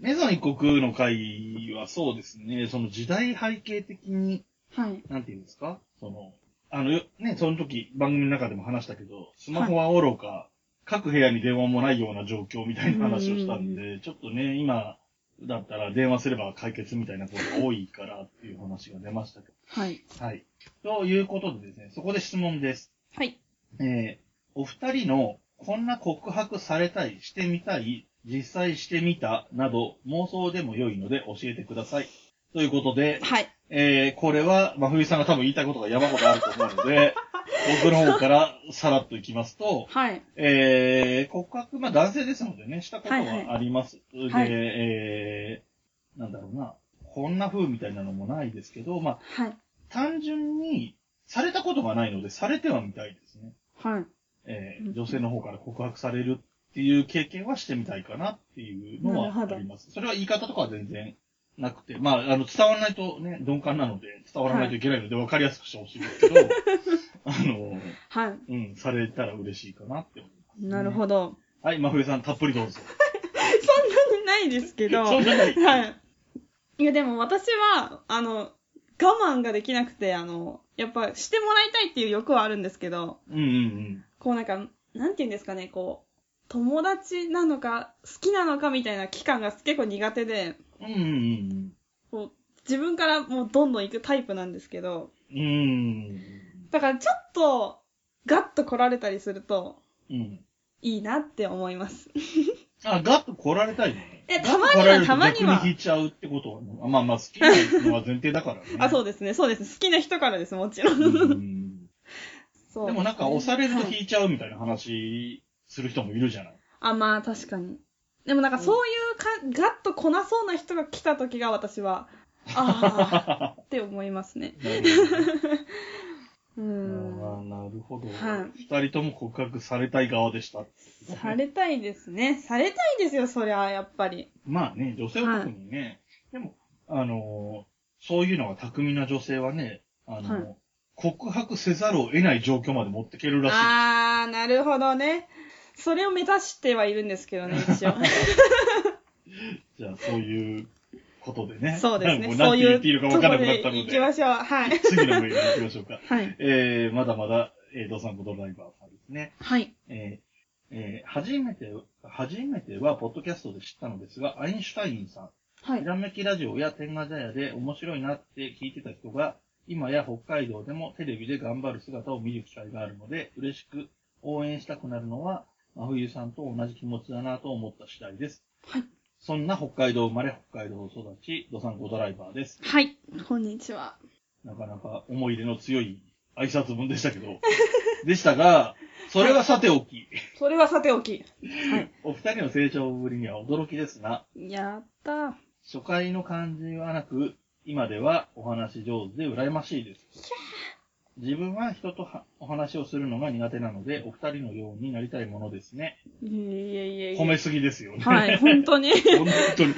S1: メゾン一国の回はそうですね、その時代背景的に
S2: はい。
S1: なんて言うんですかその、あの、よね、その時番組の中でも話したけど、スマホはおろか、各部屋に電話もないような状況みたいな話をしたん
S2: う
S1: で、ちょっとね、今だったら電話すれば解決みたいなことが多いからっていう話が出ましたけ
S2: はい。
S1: ど。はい。ということでですね、そこで質問です。
S2: はい。
S1: えー、お二人のこんな告白されたい、してみたい、実際してみたなど妄想でも良いので教えてください。ということで、
S2: はい。
S1: えー、これは、まふみさんが多分言いたいことが山ほどあると思うの
S2: *laughs*
S1: で、僕の方からさらっといきますと、
S2: はい。
S1: えー、告白、まあ男性ですのでね、したこと
S2: はいは
S1: はいあります。
S2: はい
S1: で、えー、なんだろうな、こんな風みたいなのもないですけど、まあ
S2: はい。
S1: 単純にされたことがないので、されてはみたいですね。
S2: はい。
S1: え
S2: うん
S1: ー、女性の方から告白されるっていう経験はしてみたいかなっていうの
S2: なる
S1: は
S2: ほ
S1: あ
S2: ど
S1: ります。それは言い方とかは全然なくて、まあ、あの、伝わらないとね、鈍感なので、伝わらないといけないので分かりやすくしてほしいんですけど、 *laughs* あの、
S2: はい。
S1: うん、されたら嬉しいかなって思います、
S2: なるほ *laughs* ど。
S1: ど。はい、真冬さん、たっぷりどう
S2: *laughs*
S1: ぞ。
S2: そんなにないです
S1: *laughs*
S2: けど。
S1: そんなない。
S2: はい。いや、でも私は、あの、我慢ができなくて、あの、やっぱしてもらいたいっていう欲はあるんですけど、
S1: うんうん
S2: こうなんか、なんて言うんですかね、こう、友達なのか、好きなのかみたいな期間が結構苦手で、
S1: うん。うんうん
S2: こう自分からもうどんどん行くタイプなんですけど、
S1: うん。うん。
S2: だからちょっと、ガッと来られたりすると、
S1: うん。
S2: いいなって思います。
S1: あ、ガッと来られたいの
S2: えたまに
S1: ガッと来
S2: は
S1: られると
S2: たまには。
S1: 逆に引いちゃうってことはね、あまあまあ、好きなのは前提だからね
S2: あ、そうですね、そうです。好きな人からです、もちろん。
S1: うん
S2: そう。
S1: でもなんか押されると
S2: はい
S1: 引いちゃうみたいな話する人もいるじゃない。
S2: あ、まあ確かに。でもなんかそういうか、ガッと来なそうな人が来た時 *laughs* が私は、ああ、って思いますね。
S1: なるほどね
S2: う
S1: あ
S2: ん。
S1: ーなるほど。
S2: はい
S1: 二人とも告白されたい側でした。
S2: されたいですね。されたいですよ、そりゃ、やっぱり。
S1: まあね、女性は特にね、でも、あのーそういうのが巧みな女性はね、あのー
S2: はい
S1: 告白せざるを得ない状況まで持ってけるらしい。
S2: あー、なるほどね。それを目指してはいるんですけど
S1: *laughs*
S2: ね、一応。
S1: じゃあ、そういうことでね。
S2: そうです
S1: *laughs*
S2: ね。
S1: も
S2: そ
S1: 何
S2: う
S1: て
S2: い
S1: 言
S2: う
S1: っていいのか
S2: と
S1: 分
S2: こ
S1: から
S2: ろ
S1: なくなっ
S2: で
S1: たので、
S2: 行きましょう。は
S1: *laughs*
S2: い。
S1: 次のメールに行きましょうか。
S2: はい。
S1: えー、まだまだ、えー、ドサンコドライバーさんですね。
S2: はい。
S1: えー、えー初めて、初めては、ポッドキャストで知ったのですが、アインシュタインさん、
S2: は
S1: ひ
S2: い。
S1: らめきラジオや天下茶屋で面白いなって聞いてた人が、今や北海道でもテレビで頑張る姿を見る機会があるので、嬉しく応援したくなるのは、真冬さんと同じ気持ちだなと思った次第です。
S2: はい。
S1: そんな北海道生まれ、北海道育ち、ドサンコドライバーです。
S2: はい。こんにちは。
S1: なかなか思い入れの強い挨拶文でしたけ
S2: *laughs*
S1: ど、でしたが、それはさておき、
S2: それはさておき。はい。
S1: お二人の成長ぶりには驚きですな。
S2: やったー。
S1: 初回の感じはなく、今ではお話上手で羨ましいです。自分は人とはお話をするのが苦手なので、お二人のようになりたいものですね。
S2: いえいえいえいえ。
S1: 褒めすぎですよね。
S2: はい、本当に。
S1: 本当に。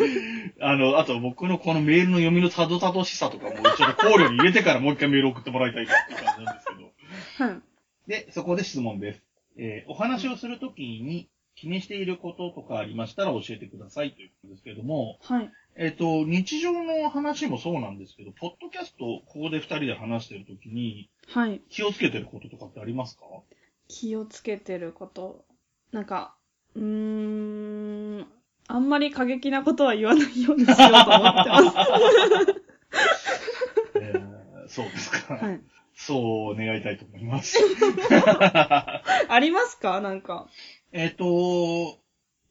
S1: あの、あと僕のこのメールの読みのたどたどしさとかも、ちょっと考慮に入れてからもう一回メール送ってもらいたいなって感じなんですけど。
S2: *laughs* はい。
S1: で、そこで質問です。えーお話をするときに気にしていることとかありましたら教えてくださいということですけども、
S2: はい。
S1: えっ、と、日常の話もそうなんですけど、ポッドキャストをここで二人で話してるときに
S2: はい。
S1: 気をつけてることとかってありますか
S2: 気をつけてること。なんか、うーん、あんまり過激なことは言わないようにしよう
S1: *laughs*
S2: と思ってます。
S1: *laughs* えーそうですか、
S2: はい。
S1: *laughs* そう願いたいと思い *laughs* ます。
S2: ありますかなんか。
S1: えっと、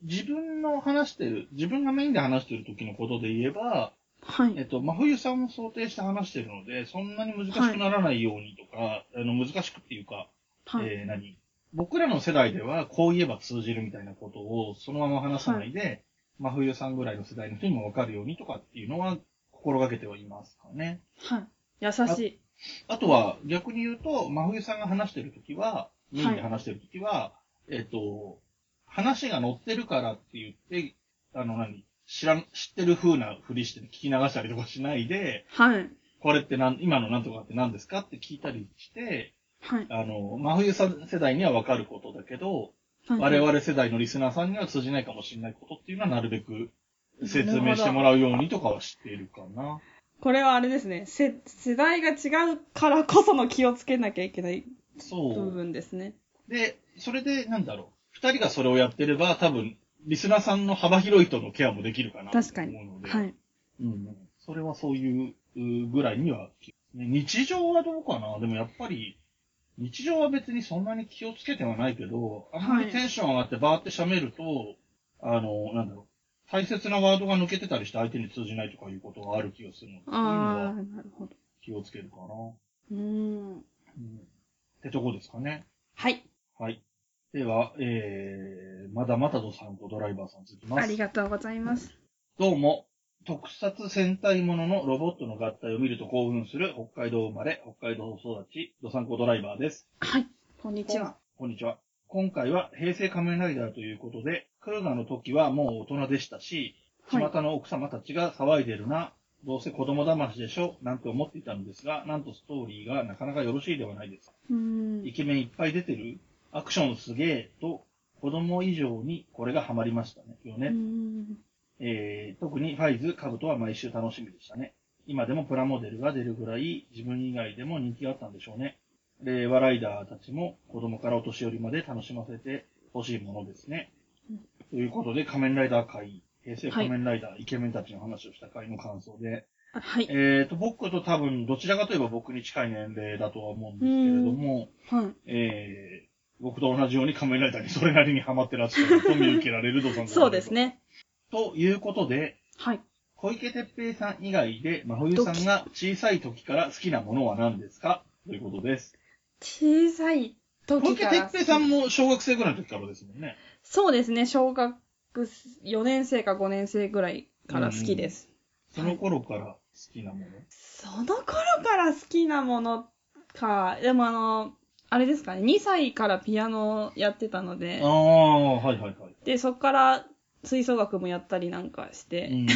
S1: 自分の話してる、自分がメインで話してる時のことで言えば、
S2: は
S1: えっ
S2: い。
S1: と、真冬さんも想定して話してるので、そんなに難しくならないようにとか、あの、難しくっていうか、
S2: はい。
S1: えー何僕らの世代では、こう言えば通じるみたいなことを、そのまま話さないで、真冬さんぐらいの世代の人にもわかるようにとかっていうのは、心がけてはいますかね。
S2: はい。優しい。
S1: あとは、逆に言うと、真冬さんが話してるときは、メインで話してるときは、えっ、と、話が載ってるからって言って、あの何、知らん、知ってる風なふりして聞き流したりとかしないで、
S2: はい。
S1: これってなん、今のなんとかって何ですかって聞いたりして、
S2: はい。
S1: あの、真冬さん世代にはわかることだけど、
S2: はい
S1: 我。々世代のリスナーさんには通じないかもしれないことっていうのはなるべく説明してもらうようにとかはしているかな。
S2: これはあれですね。せ、世代が違うからこその気をつけなきゃいけない部
S1: そ
S2: 分ですね。
S1: う。で、それでなんだろう。二人がそれをやってれば多分、リスナーさんの幅広い人のケアもできるかなと
S2: 確かに
S1: 思うので。
S2: はい。
S1: うん。それはそういううぐらいには、ね日常はどうかなでもやっぱり、日常は別にそんなに気をつけてはないけど、あんまりテンション上がってバーって喋ると、あの、なんだろう、大切なワードが抜けてたりして相手に通じないとかいうことがある気がするので、そういうの
S2: あ
S1: は
S2: あ、なるほど。
S1: 気をつけるかな。
S2: うーん。
S1: うん、ってとこですかね。
S2: はい。
S1: はい。では、えー、まだまだとさんとドライバーさん続きます。
S2: ありがとうございます。
S1: どうも、特撮戦隊もののロボットの合体を見ると興奮する北海道生まれ、北海道育ち、ドサンコドライバーです。
S2: はい。こんに
S1: こん
S2: ちは。。
S1: こんにちは。今回は平成仮面ライダーということで、クルガの時はもう大人でしたし、
S2: はい
S1: 巷の奥様たちが騒いでるな、どうせ子供騙しでしょ、なんて思っていたのですが、なんとストーリーがなかなかよろしいではないです。
S2: うーん
S1: イケメンいっぱい出てるアクションすげえと、子供以上にこれがハマりましたね。よね。
S2: うーん
S1: えー特にファイズ、カブトは毎週楽しみでしたね。今でもプラモデルが出るぐらい自分以外でも人気があったんでしょうね。令和ライダーたちも子供からお年寄りまで楽しませてほしいものですね。
S2: うん
S1: ということで、仮面ライダー会、平成
S2: はい
S1: 仮面ライダー、イケメンたちの話をした回の感想で、
S2: あはい。
S1: えーと、僕と多分どちらかといえば僕に近い年齢だとは思うんですけれども、
S2: はい。
S1: えー僕と同じように仮面ライダーにそれなりにハマってらっしゃると見受けられるドさん
S2: そうです。ね。
S1: ということで、
S2: はい。
S1: 小池徹平さん以外で、真冬さんが小さい時から好きなものは何ですかということです。
S2: 小さい
S1: 小
S2: 時
S1: 池
S2: から。
S1: 徹平さんも小学生ぐらいの時からですもんね。
S2: そうですね。小学4年生か5年生ぐらいから好きです。
S1: その頃から好きなもの。
S2: その頃から好きなものか。でもあの、あれですかね、2歳からピアノやってたので
S1: あ、あ、はいはいはい。
S2: で、そこから吹奏楽もやったりなんか *laughs* して、
S1: うん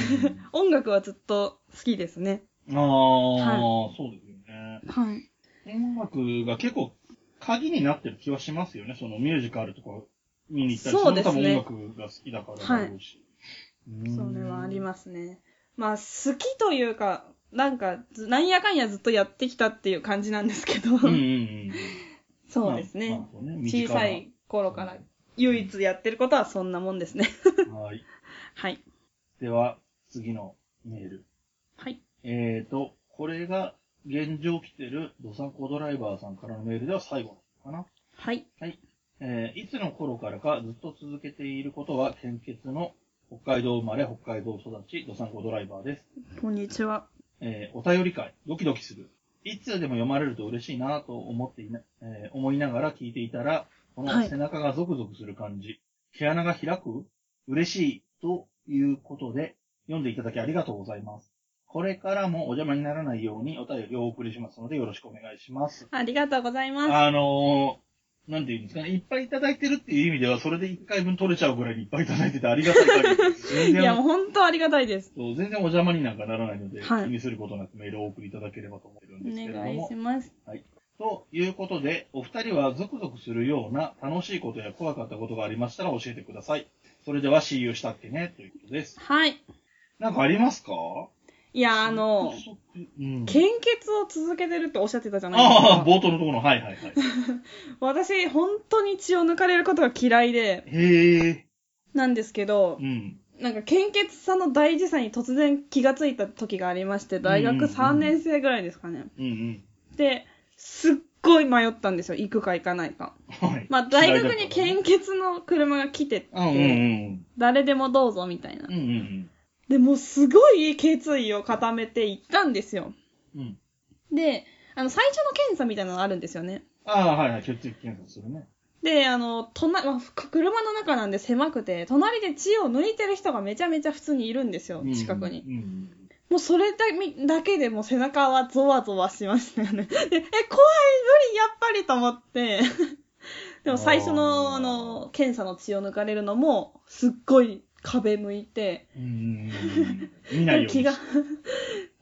S2: 音楽はずっと好きですね。
S1: ああ、そうですよね。
S2: はい。
S1: 音楽が結構鍵になってる気はしますよね。そのミュージカルとか見に行ったり
S2: そうです
S1: その
S2: ね
S1: 多分音楽が好きだからだろうし。
S2: それはあり
S1: す。
S2: ますね。まあ、好きというか、なんかず、なんやかんやずっとやってきたっていう感じなんですけど、
S1: うんうんうん。
S2: *laughs* そうです
S1: まあ
S2: ね。。
S1: まあね
S2: 小さ。い頃から唯一やってることはそんなもんですね。 *laughs*
S1: 身近なはい。
S2: はい。
S1: では、次のメール。
S2: はい。
S1: えーと、これが現状来てるドサンコドライバーさんからのメールでは最後なのかな。
S2: はい。
S1: えーいつの頃からかずっと続けていることは献血の北海道生まれ、北海道育ち、ドサンコドライバーです。
S2: こんにちは。
S1: えーお便り会、ドキドキする。いつでも読まれると嬉しいなと思っていな、えー思いながら聞いていたら、こ
S2: は
S1: の
S2: い
S1: 背中がゾクゾクする感じ、毛穴が開く嬉しいということで、読んでいただきありがとうございます。これからもお邪魔にならないようにお便りをお送りしますのでよろしくお願いします。
S2: ありがとうございます。
S1: あのー、なんていうんですかね、いっぱいいただいてるっていう意味では、それで一回分取れちゃうぐらいにいっぱいいただいててありがたい限り
S2: *laughs*
S1: です。全
S2: いや、
S1: 然
S2: もう本当ありがたいです。
S1: そう全然お邪魔になんかならないので、
S2: はい
S1: 気にすることなくメールをお送りいただければと思ってるん
S2: お
S1: ですけれど
S2: 願い
S1: も
S2: し。ます。
S1: ということで、お二人はゾクゾクするような楽しいことや怖かったことがありましたら教えてください。それでは、See you したっけね、ということです。
S2: はい。
S1: な
S2: なん
S1: んかありますか
S2: いや、あ
S1: ゾ
S2: の、
S1: クゾクうん。
S2: 献血を続けてるっておっしゃってたじゃないです
S1: ああ、
S2: か。
S1: 冒頭のところの、はいはいはい。
S2: 私、本当に血を抜かれることが嫌いで、
S1: へえ、
S2: なんですけど
S1: う、ん。
S2: なんか献血さんの大事さに突然気がついた時がありまして、大
S1: うんうん
S2: 学
S1: うん
S2: 3年生ぐらいですかね。
S1: うんうん。 *laughs*
S2: で、すっごい迷ったんですよ。行くか行かないか。
S1: はい。
S2: まあ、大学
S1: 嫌いだ
S2: に
S1: ったのね
S2: 献血の車が来てて、
S1: うんうん
S2: 誰でもどうぞみたいな
S1: うん。うん。うん
S2: で、もうすごい決意を固めて行ったんですよ。
S1: うん。うん。
S2: で、あの、最初の検査みたいなのがあるんですよね。
S1: ああ、はいはい。血液検査するね。
S2: で、あの、隣、まあふ車の中なんで狭くて、隣で血を抜いてる人がめちゃめちゃ普通にいるんですよ
S1: うん、
S2: 近くに。
S1: うんうん。
S2: もうそれだみだけでもう背中はゾワゾワしましたよね。でえ、怖い、無理、やっぱりと思って。 *laughs* でも最初
S1: あ
S2: の、
S1: ー
S2: あの、検査の血を抜かれるのも、すっごい壁向いて、
S1: うんうんうん見ないようにし
S2: *laughs* 気が、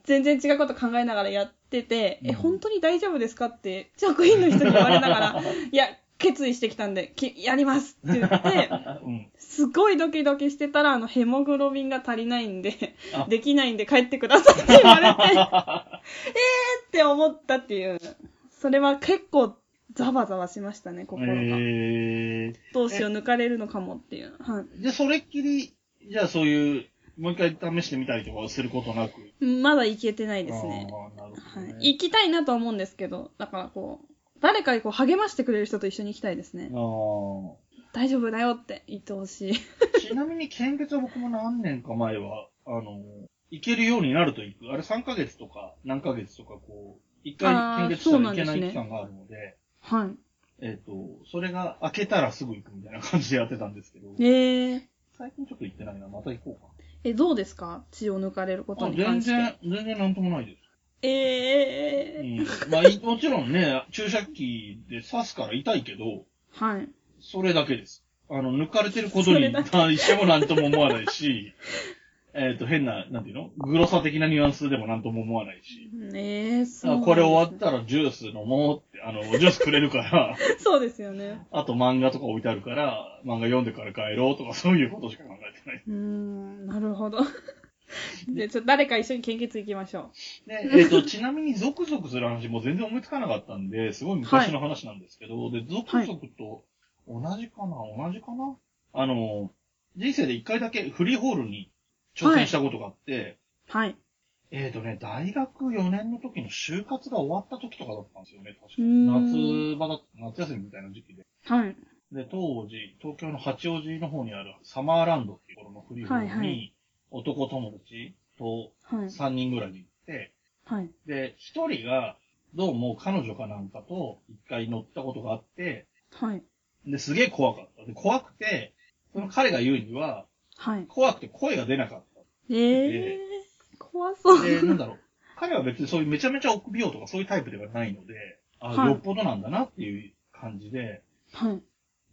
S2: 全然違うこと考えながらやってて、
S1: う
S2: え、
S1: ん
S2: 本当に大丈夫ですかって、職員の人に言われな
S1: *laughs*
S2: がら、いや、決意してきたんで、きやりますって言って、
S1: うん。
S2: すごいドキドキしてたら、あの、ヘモグロビンが足りないんで
S1: あ、
S2: できないんで帰ってくださいって言われ
S1: *laughs*
S2: て、えーって思ったっていう。それは結構ザワザワしましたね、心が。
S1: え
S2: どうしよう、抜かれるのかもっていう。は
S1: ー、で、それっきり、じゃあそういう、もう一回試してみたりとかはすることなく。
S2: い。まだ行けてないですね。
S1: あーなるほ
S2: は
S1: どね
S2: い。行きたいなとは思うんですけど、だからこう、誰かにこう励ましてくれる人と一緒に行きたいですね。大丈夫だよって言ってほしい。
S1: あーちなみに、献血は僕も何年か前は、あの、行けるようになると行く。あれ3ヶ月とか、何ヶ月とか、こう、一
S2: あ
S1: 回
S2: ー
S1: 献血した
S2: そうな
S1: ら
S2: ん
S1: いけ
S2: です
S1: な
S2: ね
S1: い期間があるので、
S2: は
S1: えっ、と、それが開けたらすぐ行くみたいな感じでやってたんですけど、
S2: い。えー、
S1: 最近ちょっと行ってないな、また行こうか。
S2: え、どうですか血を抜かれること
S1: あ
S2: に
S1: 全
S2: 関して。
S1: 然、全然なんともないです。
S2: え
S1: う
S2: え
S1: ん。まあ、い *laughs* もちろんね、注射器で刺すから痛いけど、
S2: はい。
S1: それだけです。あの、抜かれてることに対してもなんとも思わない
S2: *laughs*
S1: し、えっと、変な、なんていうのグロさ的なニュアンスでもなんとも思わないし。
S2: ええそうなん
S1: あ
S2: ですね。
S1: これ終わったらジュース飲もうって、あの、ジュースくれるから、
S2: *laughs*
S1: *laughs*
S2: そうですよね。
S1: あと漫画とか置いてあるから、漫画読んでから帰ろうとかそういうことしか考えてないう
S2: ーん、なるほど。 *laughs* で、ちょっと誰か一緒に献血行きましょ
S1: で、 *laughs* えっ、と、ちなみにゾクゾクする話も全然思いつかなかったんで、すごい昔の話なんですけど、で、ゾクゾクと同じかな、同じかなあの、人生で一回だけフリーホールに挑戦したことがあって、
S2: う。はい。
S1: えっ、とね、大学4年の時の就活が終わった時とかだったんですよね、確か
S2: うーん
S1: 夏場だった、夏休みみたいな時期で。
S2: はい。
S1: で、当時、東京の八王子の方にあるサマーランドっていうところのフリーホールに、
S2: はいはい
S1: 男友達と
S2: はい。
S1: 3人ぐらいで行って、
S2: はい。
S1: で、一人が、どうも彼女かなんかと一回乗ったことがあって、
S2: はい。
S1: で、すげえ怖かった。で、怖くて、その彼が言うには、
S2: はい。
S1: 怖くて声が出なかっ
S2: ええ怖そ
S1: た。
S2: う。 *laughs*
S1: で、なんだろう。彼は別にそういうめちゃめちゃ臆病とかそういうタイプではないので、あ、
S2: はい
S1: よっぽどなんだなっていう感じで、
S2: はい。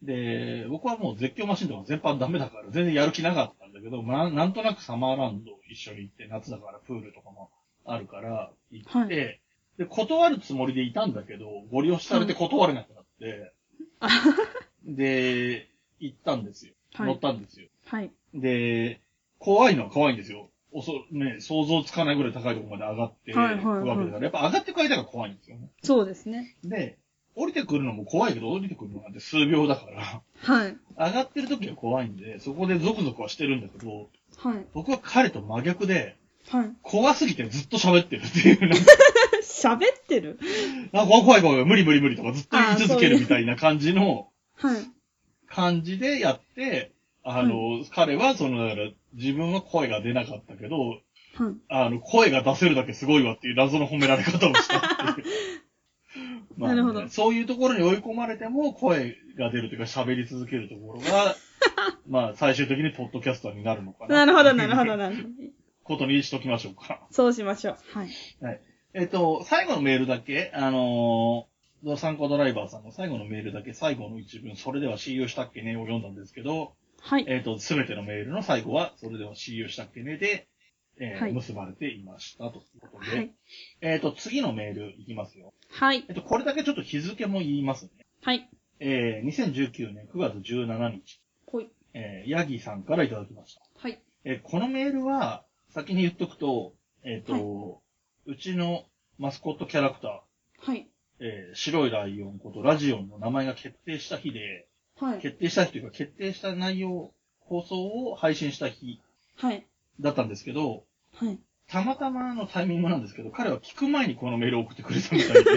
S1: で、僕はもう絶叫マシンとか全般ダメだから全然やる気なかったんだけど、まあ、なんとなくサマーランド一緒に行って、夏だからプールとかもあるから行って、
S2: はい
S1: で、断るつもりでいたんだけど、ご利用されて断れなくなって、で、行ったんですよ。
S2: は
S1: 乗っ
S2: い。
S1: たんですよ。
S2: はい。
S1: で、怖いのは怖いんですよ。おそ、ね、想像つかないぐらい高いところまで上がってく
S2: はいはいはい
S1: わけだから、やっぱ上がってく間が怖いんですよね。
S2: そうですね。
S1: で、降りてくるのも怖いけど、降りてくるのなんて数秒だから、
S2: はい。
S1: 上がってる時は怖いんで、そこでゾクゾクはしてるんだけど、
S2: はい。
S1: 僕は彼と真逆で、
S2: はい。
S1: 怖すぎてずっと喋ってるっていう、 *laughs* なんか、
S2: 喋ってる
S1: あ怖い怖い怖い、無理無理無理とかずっと言
S2: あー
S1: い続ける
S2: そういう
S1: みたいな感じの、
S2: はい。
S1: 感じでやって、あの、彼は、その、だから、自分は声が出なかったけど、
S2: はい。
S1: あの、声が出せるだけすごいわっていう謎の褒められ方をしたっていう。まあね
S2: *laughs* なるほど
S1: そういうところに追い込まれても、声が出るというか喋り続けるところ
S2: *laughs*
S1: が、まあ、最終的にポッドキャスターになるのかな。
S2: なるほど、なるほど、なるほど。
S1: ことにしときましょうか。
S2: そうしましょう。はい。
S1: えっと、最後のメールだけ、あのー、参考ドライバーさんの最後のメールだけ、最後の一文、それでは CU したっけねを読んだんですけど、
S2: はい。
S1: えっ、と、すべてのメールの最後は、それでは CU したっけねで、えー
S2: はい
S1: 結ばれていました。ということで、
S2: はい。
S1: えっ、と、次のメールいきますよ。
S2: はい。
S1: えっ、と、これだけちょっと日付も言いますね。
S2: はい。
S1: えー、2019年9月17日、
S2: ほい。
S1: えー、ヤギさんからいただきました。
S2: はい。
S1: えーこのメールは、先に言っとくと、えっ、と、
S2: は
S1: うちのマスコットキャラクタ
S2: はい。
S1: ー、えー白いライオンことラジオンの名前が決定した日で、
S2: はい。
S1: 決定した日というか、決定した内容、放送を配信した日
S2: はい。
S1: だったんですけど、
S2: はい。
S1: たまたまのタイミングなんですけど、彼は聞く前にこのメールを送ってくれたみたい
S2: *laughs*
S1: で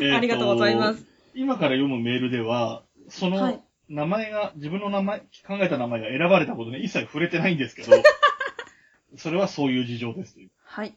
S1: えーと
S2: ありがとうございます。。
S1: 今から読むメールでは、そ
S2: は
S1: の
S2: い
S1: 名前が、自分の名前、考えた名前が選ばれたことに一切触れてないんです
S2: *laughs*
S1: けど、それはそういう事情ですという。
S2: はい。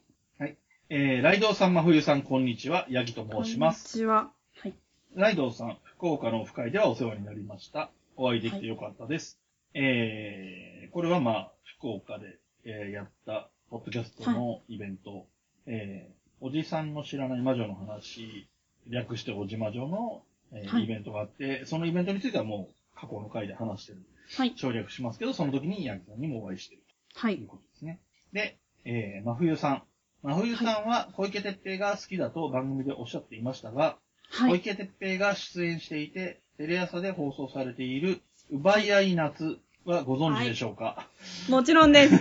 S1: えー、ライドウさん、真冬さん、こんにちは。ヤギと申します。
S2: こんにちは。はい。
S1: ライドウさん、福岡のオフ会ではお世話になりました。お会いできてよかったです。えー、これはまあ、福岡で、えーやった、ポッドキャストのイベント、えー、おじさんの知らない魔女の話、略しておじ魔女の、えー
S2: はい
S1: イベントがあって、そのイベントについてはもう過去の回で話してる。
S2: はい。
S1: 省略しますけど、その時にヤギさんにもお会いしてる。
S2: は
S1: という
S2: い。
S1: ことですね。で、えー、真冬さん。真冬さんは小池徹平が好きだと番組でおっしゃっていましたが、
S2: は
S1: 小
S2: い。
S1: 池徹平が出演していて、テレ朝で放送されている、奪い合い夏はご存知でしょうか、
S2: もちろ
S1: *laughs*
S2: んです。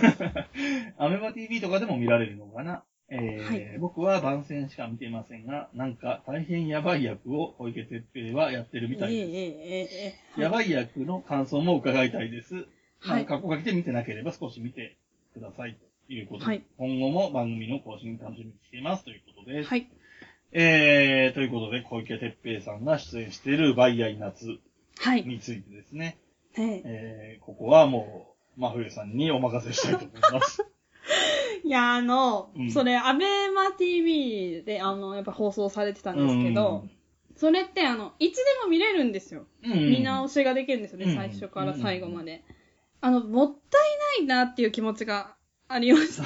S1: アメバ TV とかでも見られるのかな、えー
S2: はい
S1: 僕は番宣しか見ていませんが、なんか大変やばい役を小池徹平はやってるみたい
S2: ええ
S1: です。
S2: ええええ。
S1: やばい役の感想も伺いたいです。
S2: は
S1: はい。
S2: い。
S1: 過去書きで見てなければ少し見てくださいということで、
S2: はい
S1: 今後も番組の更新楽しみにしていますということです。
S2: はい。
S1: えー、ということで、小池徹平さんが出演している奪い合い夏
S2: はい。
S1: *laughs* についてですね、
S2: え
S1: えー、ここはもう、真冬さんにお任せしたいと思い
S2: *laughs*
S1: ます。
S2: えいや、あの
S1: うん、
S2: それ、アベマ TV で、あの、やっぱ放送されてたんですけど、それって、あの、いつでも見れるんですよ。
S1: うん、うん
S2: 見直しができるんですよね、
S1: うん
S2: 最初から最後まで。あの、もったいないなっていう気持ちがありまして、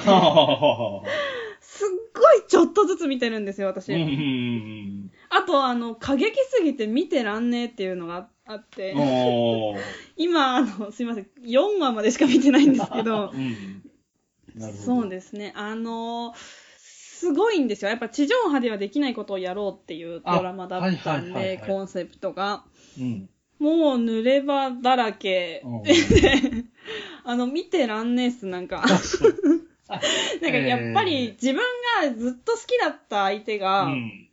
S2: すっごいちょっとずつ見てるんですよ、私。
S1: うんうん
S2: あと、あの、過激すぎて見てらんねえっていうのがああっ
S1: う
S2: て
S1: ん。、おー
S2: 今、あの、すいません、4話までしか見てないんですけど
S1: う、ん。 *laughs* なるほど。
S2: そうですね、あの、すごいんですよ。やっぱ地上波ではできないことをやろうっていうドラマだったん
S1: あはいはいはい
S2: で、
S1: はい
S2: コンセプトが。
S1: うん。
S2: もう濡れ場だらけ
S1: うん
S2: あの、見てらんねえっす、なんか。 *laughs* なんかやっぱり自分がずっと好きだった相手
S1: う
S2: が、
S1: ん。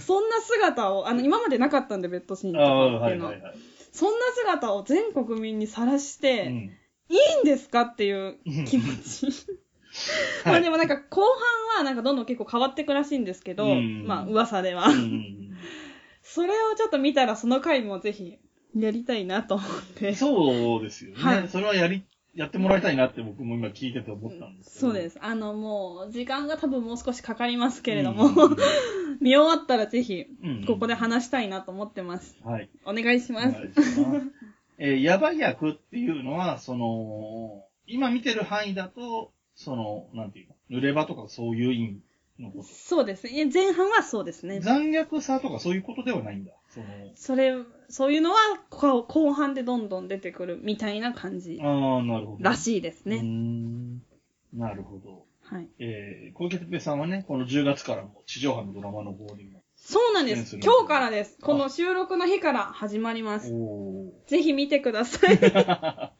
S2: そんな姿を、あの、今までなかったんで、ベッドシーン
S1: あ
S2: と
S1: あ、
S2: かっ
S1: は
S2: てい
S1: いう
S2: の。
S1: はいはい。
S2: そんな姿を全国民にさらし
S1: う
S2: て、
S1: ん
S2: いいんですかっていう気持ち。ま
S1: は
S2: あ
S1: い
S2: でもなんか後半はなんかどんどん結構変わってくらしいんですけど、
S1: うん
S2: まあ噂では。
S1: うんうん
S2: それをちょっと見たらその回もぜひやりたいなと思って。
S1: そうですよね。
S2: はい
S1: それはやり、やってもらいたいなって僕も今聞いてて思ったんですけど。。
S2: そうですす。あのもう時間が多分もう少しかかりますけれども、見終わったらぜひ
S1: うん
S2: ここで話したいなと思ってます。
S1: はい。
S2: お願いし
S1: お
S2: ま
S1: 願
S2: す
S1: い。します。えーやばい役っていうのは、その、今見てる範囲だと、その、なんていうの、濡れ場とかそういう意味のこ
S2: そうですね。前半はそうです
S1: と。
S2: ね。
S1: 残虐さとかそういうことではないんだ。その、
S2: それ、そういうのはこ後半でどんどん出てくるみたいな感じ
S1: ああ、なるほど。
S2: らしいです
S1: うー
S2: ね。
S1: ん。なるほど。
S2: はい。
S1: えー、小池徹平さんはね、この10月からも地上波のドラマの方にも。
S2: そうなんで
S1: 出演す
S2: す。
S1: る
S2: 今日からです。この収録の日から始まります。
S1: おー。
S2: ぜひ見てくだ
S1: *laughs*
S2: さい。
S1: そうか。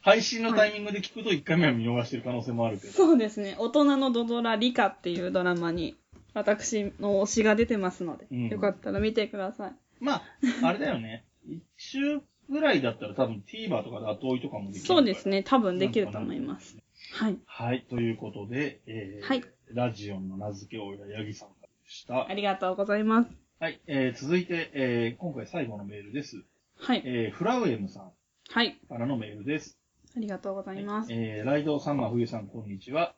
S1: 配信のタイミングで聞くと1回目は見逃してる可能性もあるけど。
S2: そうですね。大人のドドラリカっていうドラマに私の推しが出てますので、
S1: うん
S2: よかったら見てください。 *laughs*
S1: まあ、あれだよね。1週ぐらいだったら多分 TVer とかで後追いとかもできる。
S2: そうです。ね。多分できると思います。はい。
S1: はい。ということで、えー
S2: はい
S1: ラジオンの名付け親、ヤギさんからでした
S2: あ。りがとうございます。
S1: はい。えー、続いて、えー、今回最後のメールです。
S2: はい。
S1: えー、フラウエムさん
S2: はい。
S1: からのメールです。
S2: ありがとうございます。
S1: えー、ライドウさん、真冬さん、こんにちは。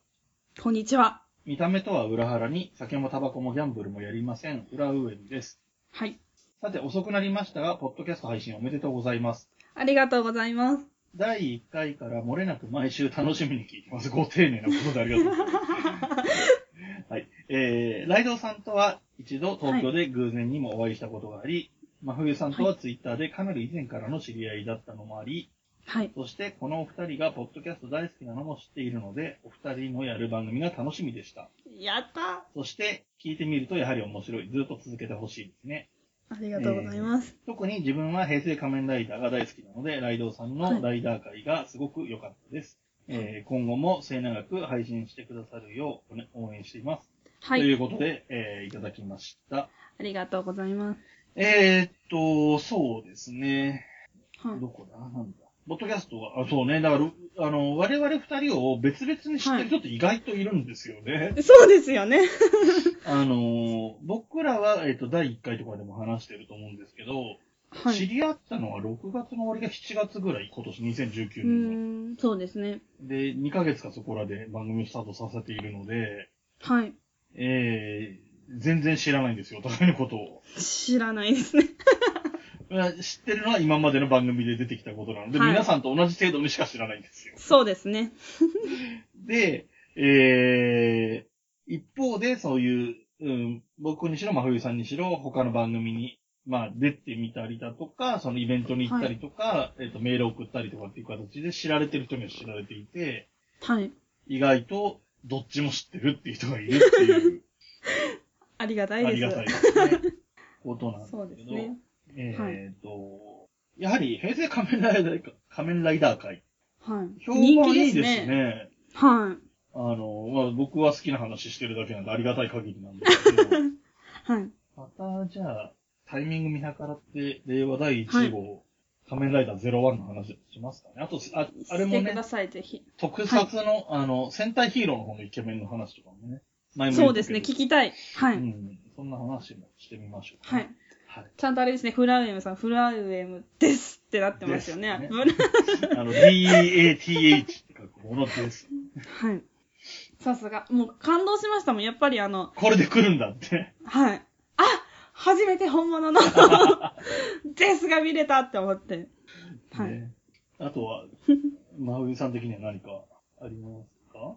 S2: こんにちは。
S1: 見た目とは裏腹に、酒もタバコもギャンブルもやりません。フラウエムです。
S2: はい。
S1: さて、遅くなりましたが、ポッドキャスト配信おめでとうございます。
S2: ありがとうございます。
S1: 第1回から漏れなく毎週楽しみに聞いてます。ご丁寧なことでありがとうございます。はい。えー、ライドウさんとは一度東京で偶然にもお会いしたことがあり、真冬さんとはツイッターでかなり以前からの知り合いだったのもあり、
S2: はい。
S1: そしてこのお二人がポッドキャスト大好きなのも知っているので、お二人のやる番組が楽しみでした。
S2: やったあ
S1: そして聞いてみるとやはり面白い。ずっと続けてほしいですね。
S2: りがとうございます。
S1: 特に自分は平成仮面ライダーが大好きなので、ライドウさんのライダー会がすごく良かったです。えー今後も末永く配信してくださるようおね応援しています。
S2: は
S1: とい
S2: い。
S1: うことで、えーいただきました。
S2: ありがとうございます。
S1: えー、っと、そうですね。
S2: はい。
S1: どこだなんだ。ポッドキャストは、あそうね。だから、あの、我々二人を別々に知ってる人って意外といるんですよね。
S2: そうですよね。
S1: あの、僕らは、えーっと、第1回とかでも話してると思うんですけど、
S2: は
S1: 知
S2: い。
S1: り合ったのは6月の終わりが7月ぐらい、今年2019年
S2: う
S1: の。
S2: ーん、そうですね。
S1: で、2ヶ月かそこらで番組をスタートさせているので、
S2: はい。
S1: えー、全然知らないんですよ、お互いのことを。
S2: 知らないですね。 *laughs*
S1: まあ知ってるのは今までの番組で出てきたことなので、
S2: はい
S1: 皆さんと同じ程度にしか知らないんですよ。
S2: そうですね。
S1: で、えー、一方でそういう、うん、僕にしろ、真冬さんにしろ、他の番組に、まあ、出てみたりだとか、そのイベントに行ったりとか、えっ、と、メールを送ったりとかっていう形で知られてる人には知られていて、
S2: はい。
S1: 意外と、どっちも知ってるっていう人がいるって
S2: *laughs*
S1: いう、
S2: ありがた
S1: あ
S2: いです。
S1: りがたいですね。ことなんですけど。
S2: そうですね。
S1: えっ、と、やはり、平成仮面ライダー、仮面ライダー界、
S2: はい。
S1: 評判
S2: 人気
S1: いい
S2: で
S1: ですす
S2: ね。
S1: ね。
S2: は
S1: あの、まあ、僕は好きな話してるだけなんでありがたい限りなんです
S2: *laughs*
S1: けど、
S2: い。はい。
S1: また、じゃあ、タイミング見計らって、令和第1号、仮面ライダー01の話しますかね。あと、ああれも
S2: して
S1: ね
S2: くだ、さい、ぜひ。
S1: 特撮の、あの、戦隊ヒーローの方のイケメンの話とかもね、前も言
S2: そ
S1: っ
S2: う
S1: た
S2: で
S1: け
S2: す
S1: ど
S2: ね、聞きたい。は
S1: う
S2: い。
S1: ん、そんな話もしてみましょうか
S2: は
S1: ね、
S2: い。
S1: はい。
S2: ちゃんとあれですね、フラウエムさん、フラウエムですってなってますよね。
S1: です
S2: ぶ
S1: あの、DATH って書くものです。
S2: はい。さすが。もう感動しましたもん。やっぱりあの、
S1: これで来るんだって。
S2: はい。あ初めて本
S1: *laughs*
S2: 物のですが見れたって思って。はい。
S1: ねあと
S2: *laughs*
S1: は、真冬さん的には何かありますか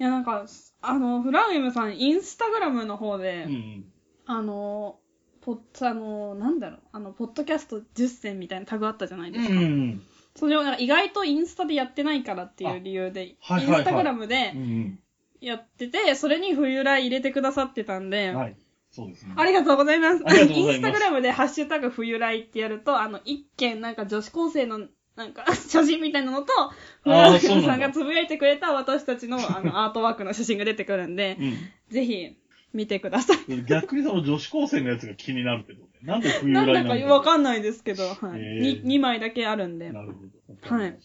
S2: いや、なんか、あの、フラウエムさん、インスタグラムの方で、
S1: うん。
S2: あの、ポッ、あの、なんだろう、あの、ポッドキャスト10選みたいなタグあったじゃないで
S1: う
S2: すか。
S1: ん。
S2: それをなんか意外とインスタでやってないからっていう理由で、
S1: あはいはいはい
S2: インスタグラム
S1: う
S2: で
S1: ん。
S2: やってて、それに冬来入れてくださってたんで、
S1: はい。そうですね。
S2: ありがとうございます。
S1: ありがとうございます
S2: インスタグラムでハッシュタグ冬来ってやると、あの、一件なんか女子高生のなんか *laughs* 写真みたいなのと、フラ
S1: あー
S2: ウさん
S1: そうなんだ
S2: がつぶやいてくれた私たちのあのアートワークの写真が出てくるんで、ぜひ見てください。
S1: うん。逆にその女子高生のやつが気になるけどね。なんで冬
S2: な
S1: 来
S2: ん
S1: な
S2: だ
S1: ん
S2: か
S1: だろう
S2: わかんないですけど、は
S1: へ
S2: い。
S1: ー
S2: に 2, 枚だけあるんで。
S1: なるほど。
S2: はい。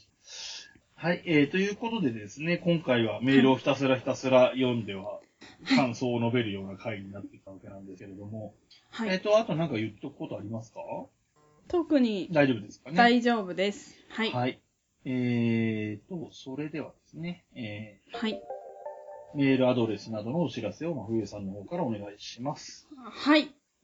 S1: はい、えー、ということでですね、今回はメールをひたすらひたすら読んでは、感想を述べるような回になっていたわけなんですけれども、
S2: は
S1: えっ、
S2: い。
S1: と、あとなんか言っとくことありますか
S2: 特に
S1: 大丈夫ですかね。
S2: 大丈夫です。はい。はい。
S1: はい。えーと、それではですね、え
S2: はい。
S1: ー、メールアドレスなどのお知らせを真冬さんの方からお願いします。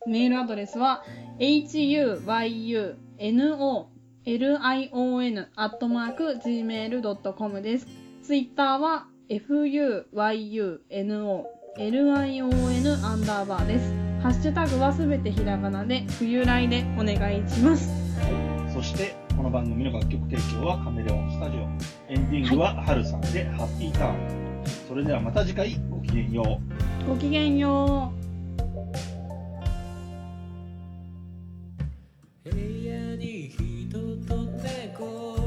S2: メールアドレスは、huyunolion.gmail.com です。ツイッターは、fuyuno LION アンダーバーです。ハッシュタグはすべてひらがなで、冬来でお願いします。
S1: そして、この番組の楽曲提供はカメレオンスタジオ。エンディングはハルさんでハッピーターン。それではまた次回ごきげんよう。
S2: ごきげんよう。
S3: 部屋に人と猫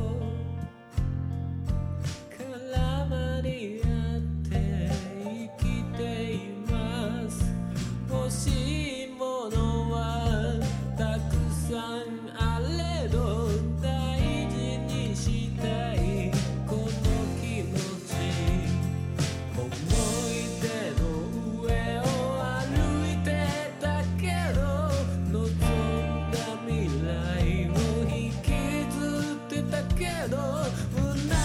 S3: 絡まり合って生きています欲しいものはたくさんあれど大事にしたいこの気持ち「思い出の上を歩いてたけど」「望んだ未来を引きずってたけど」「胸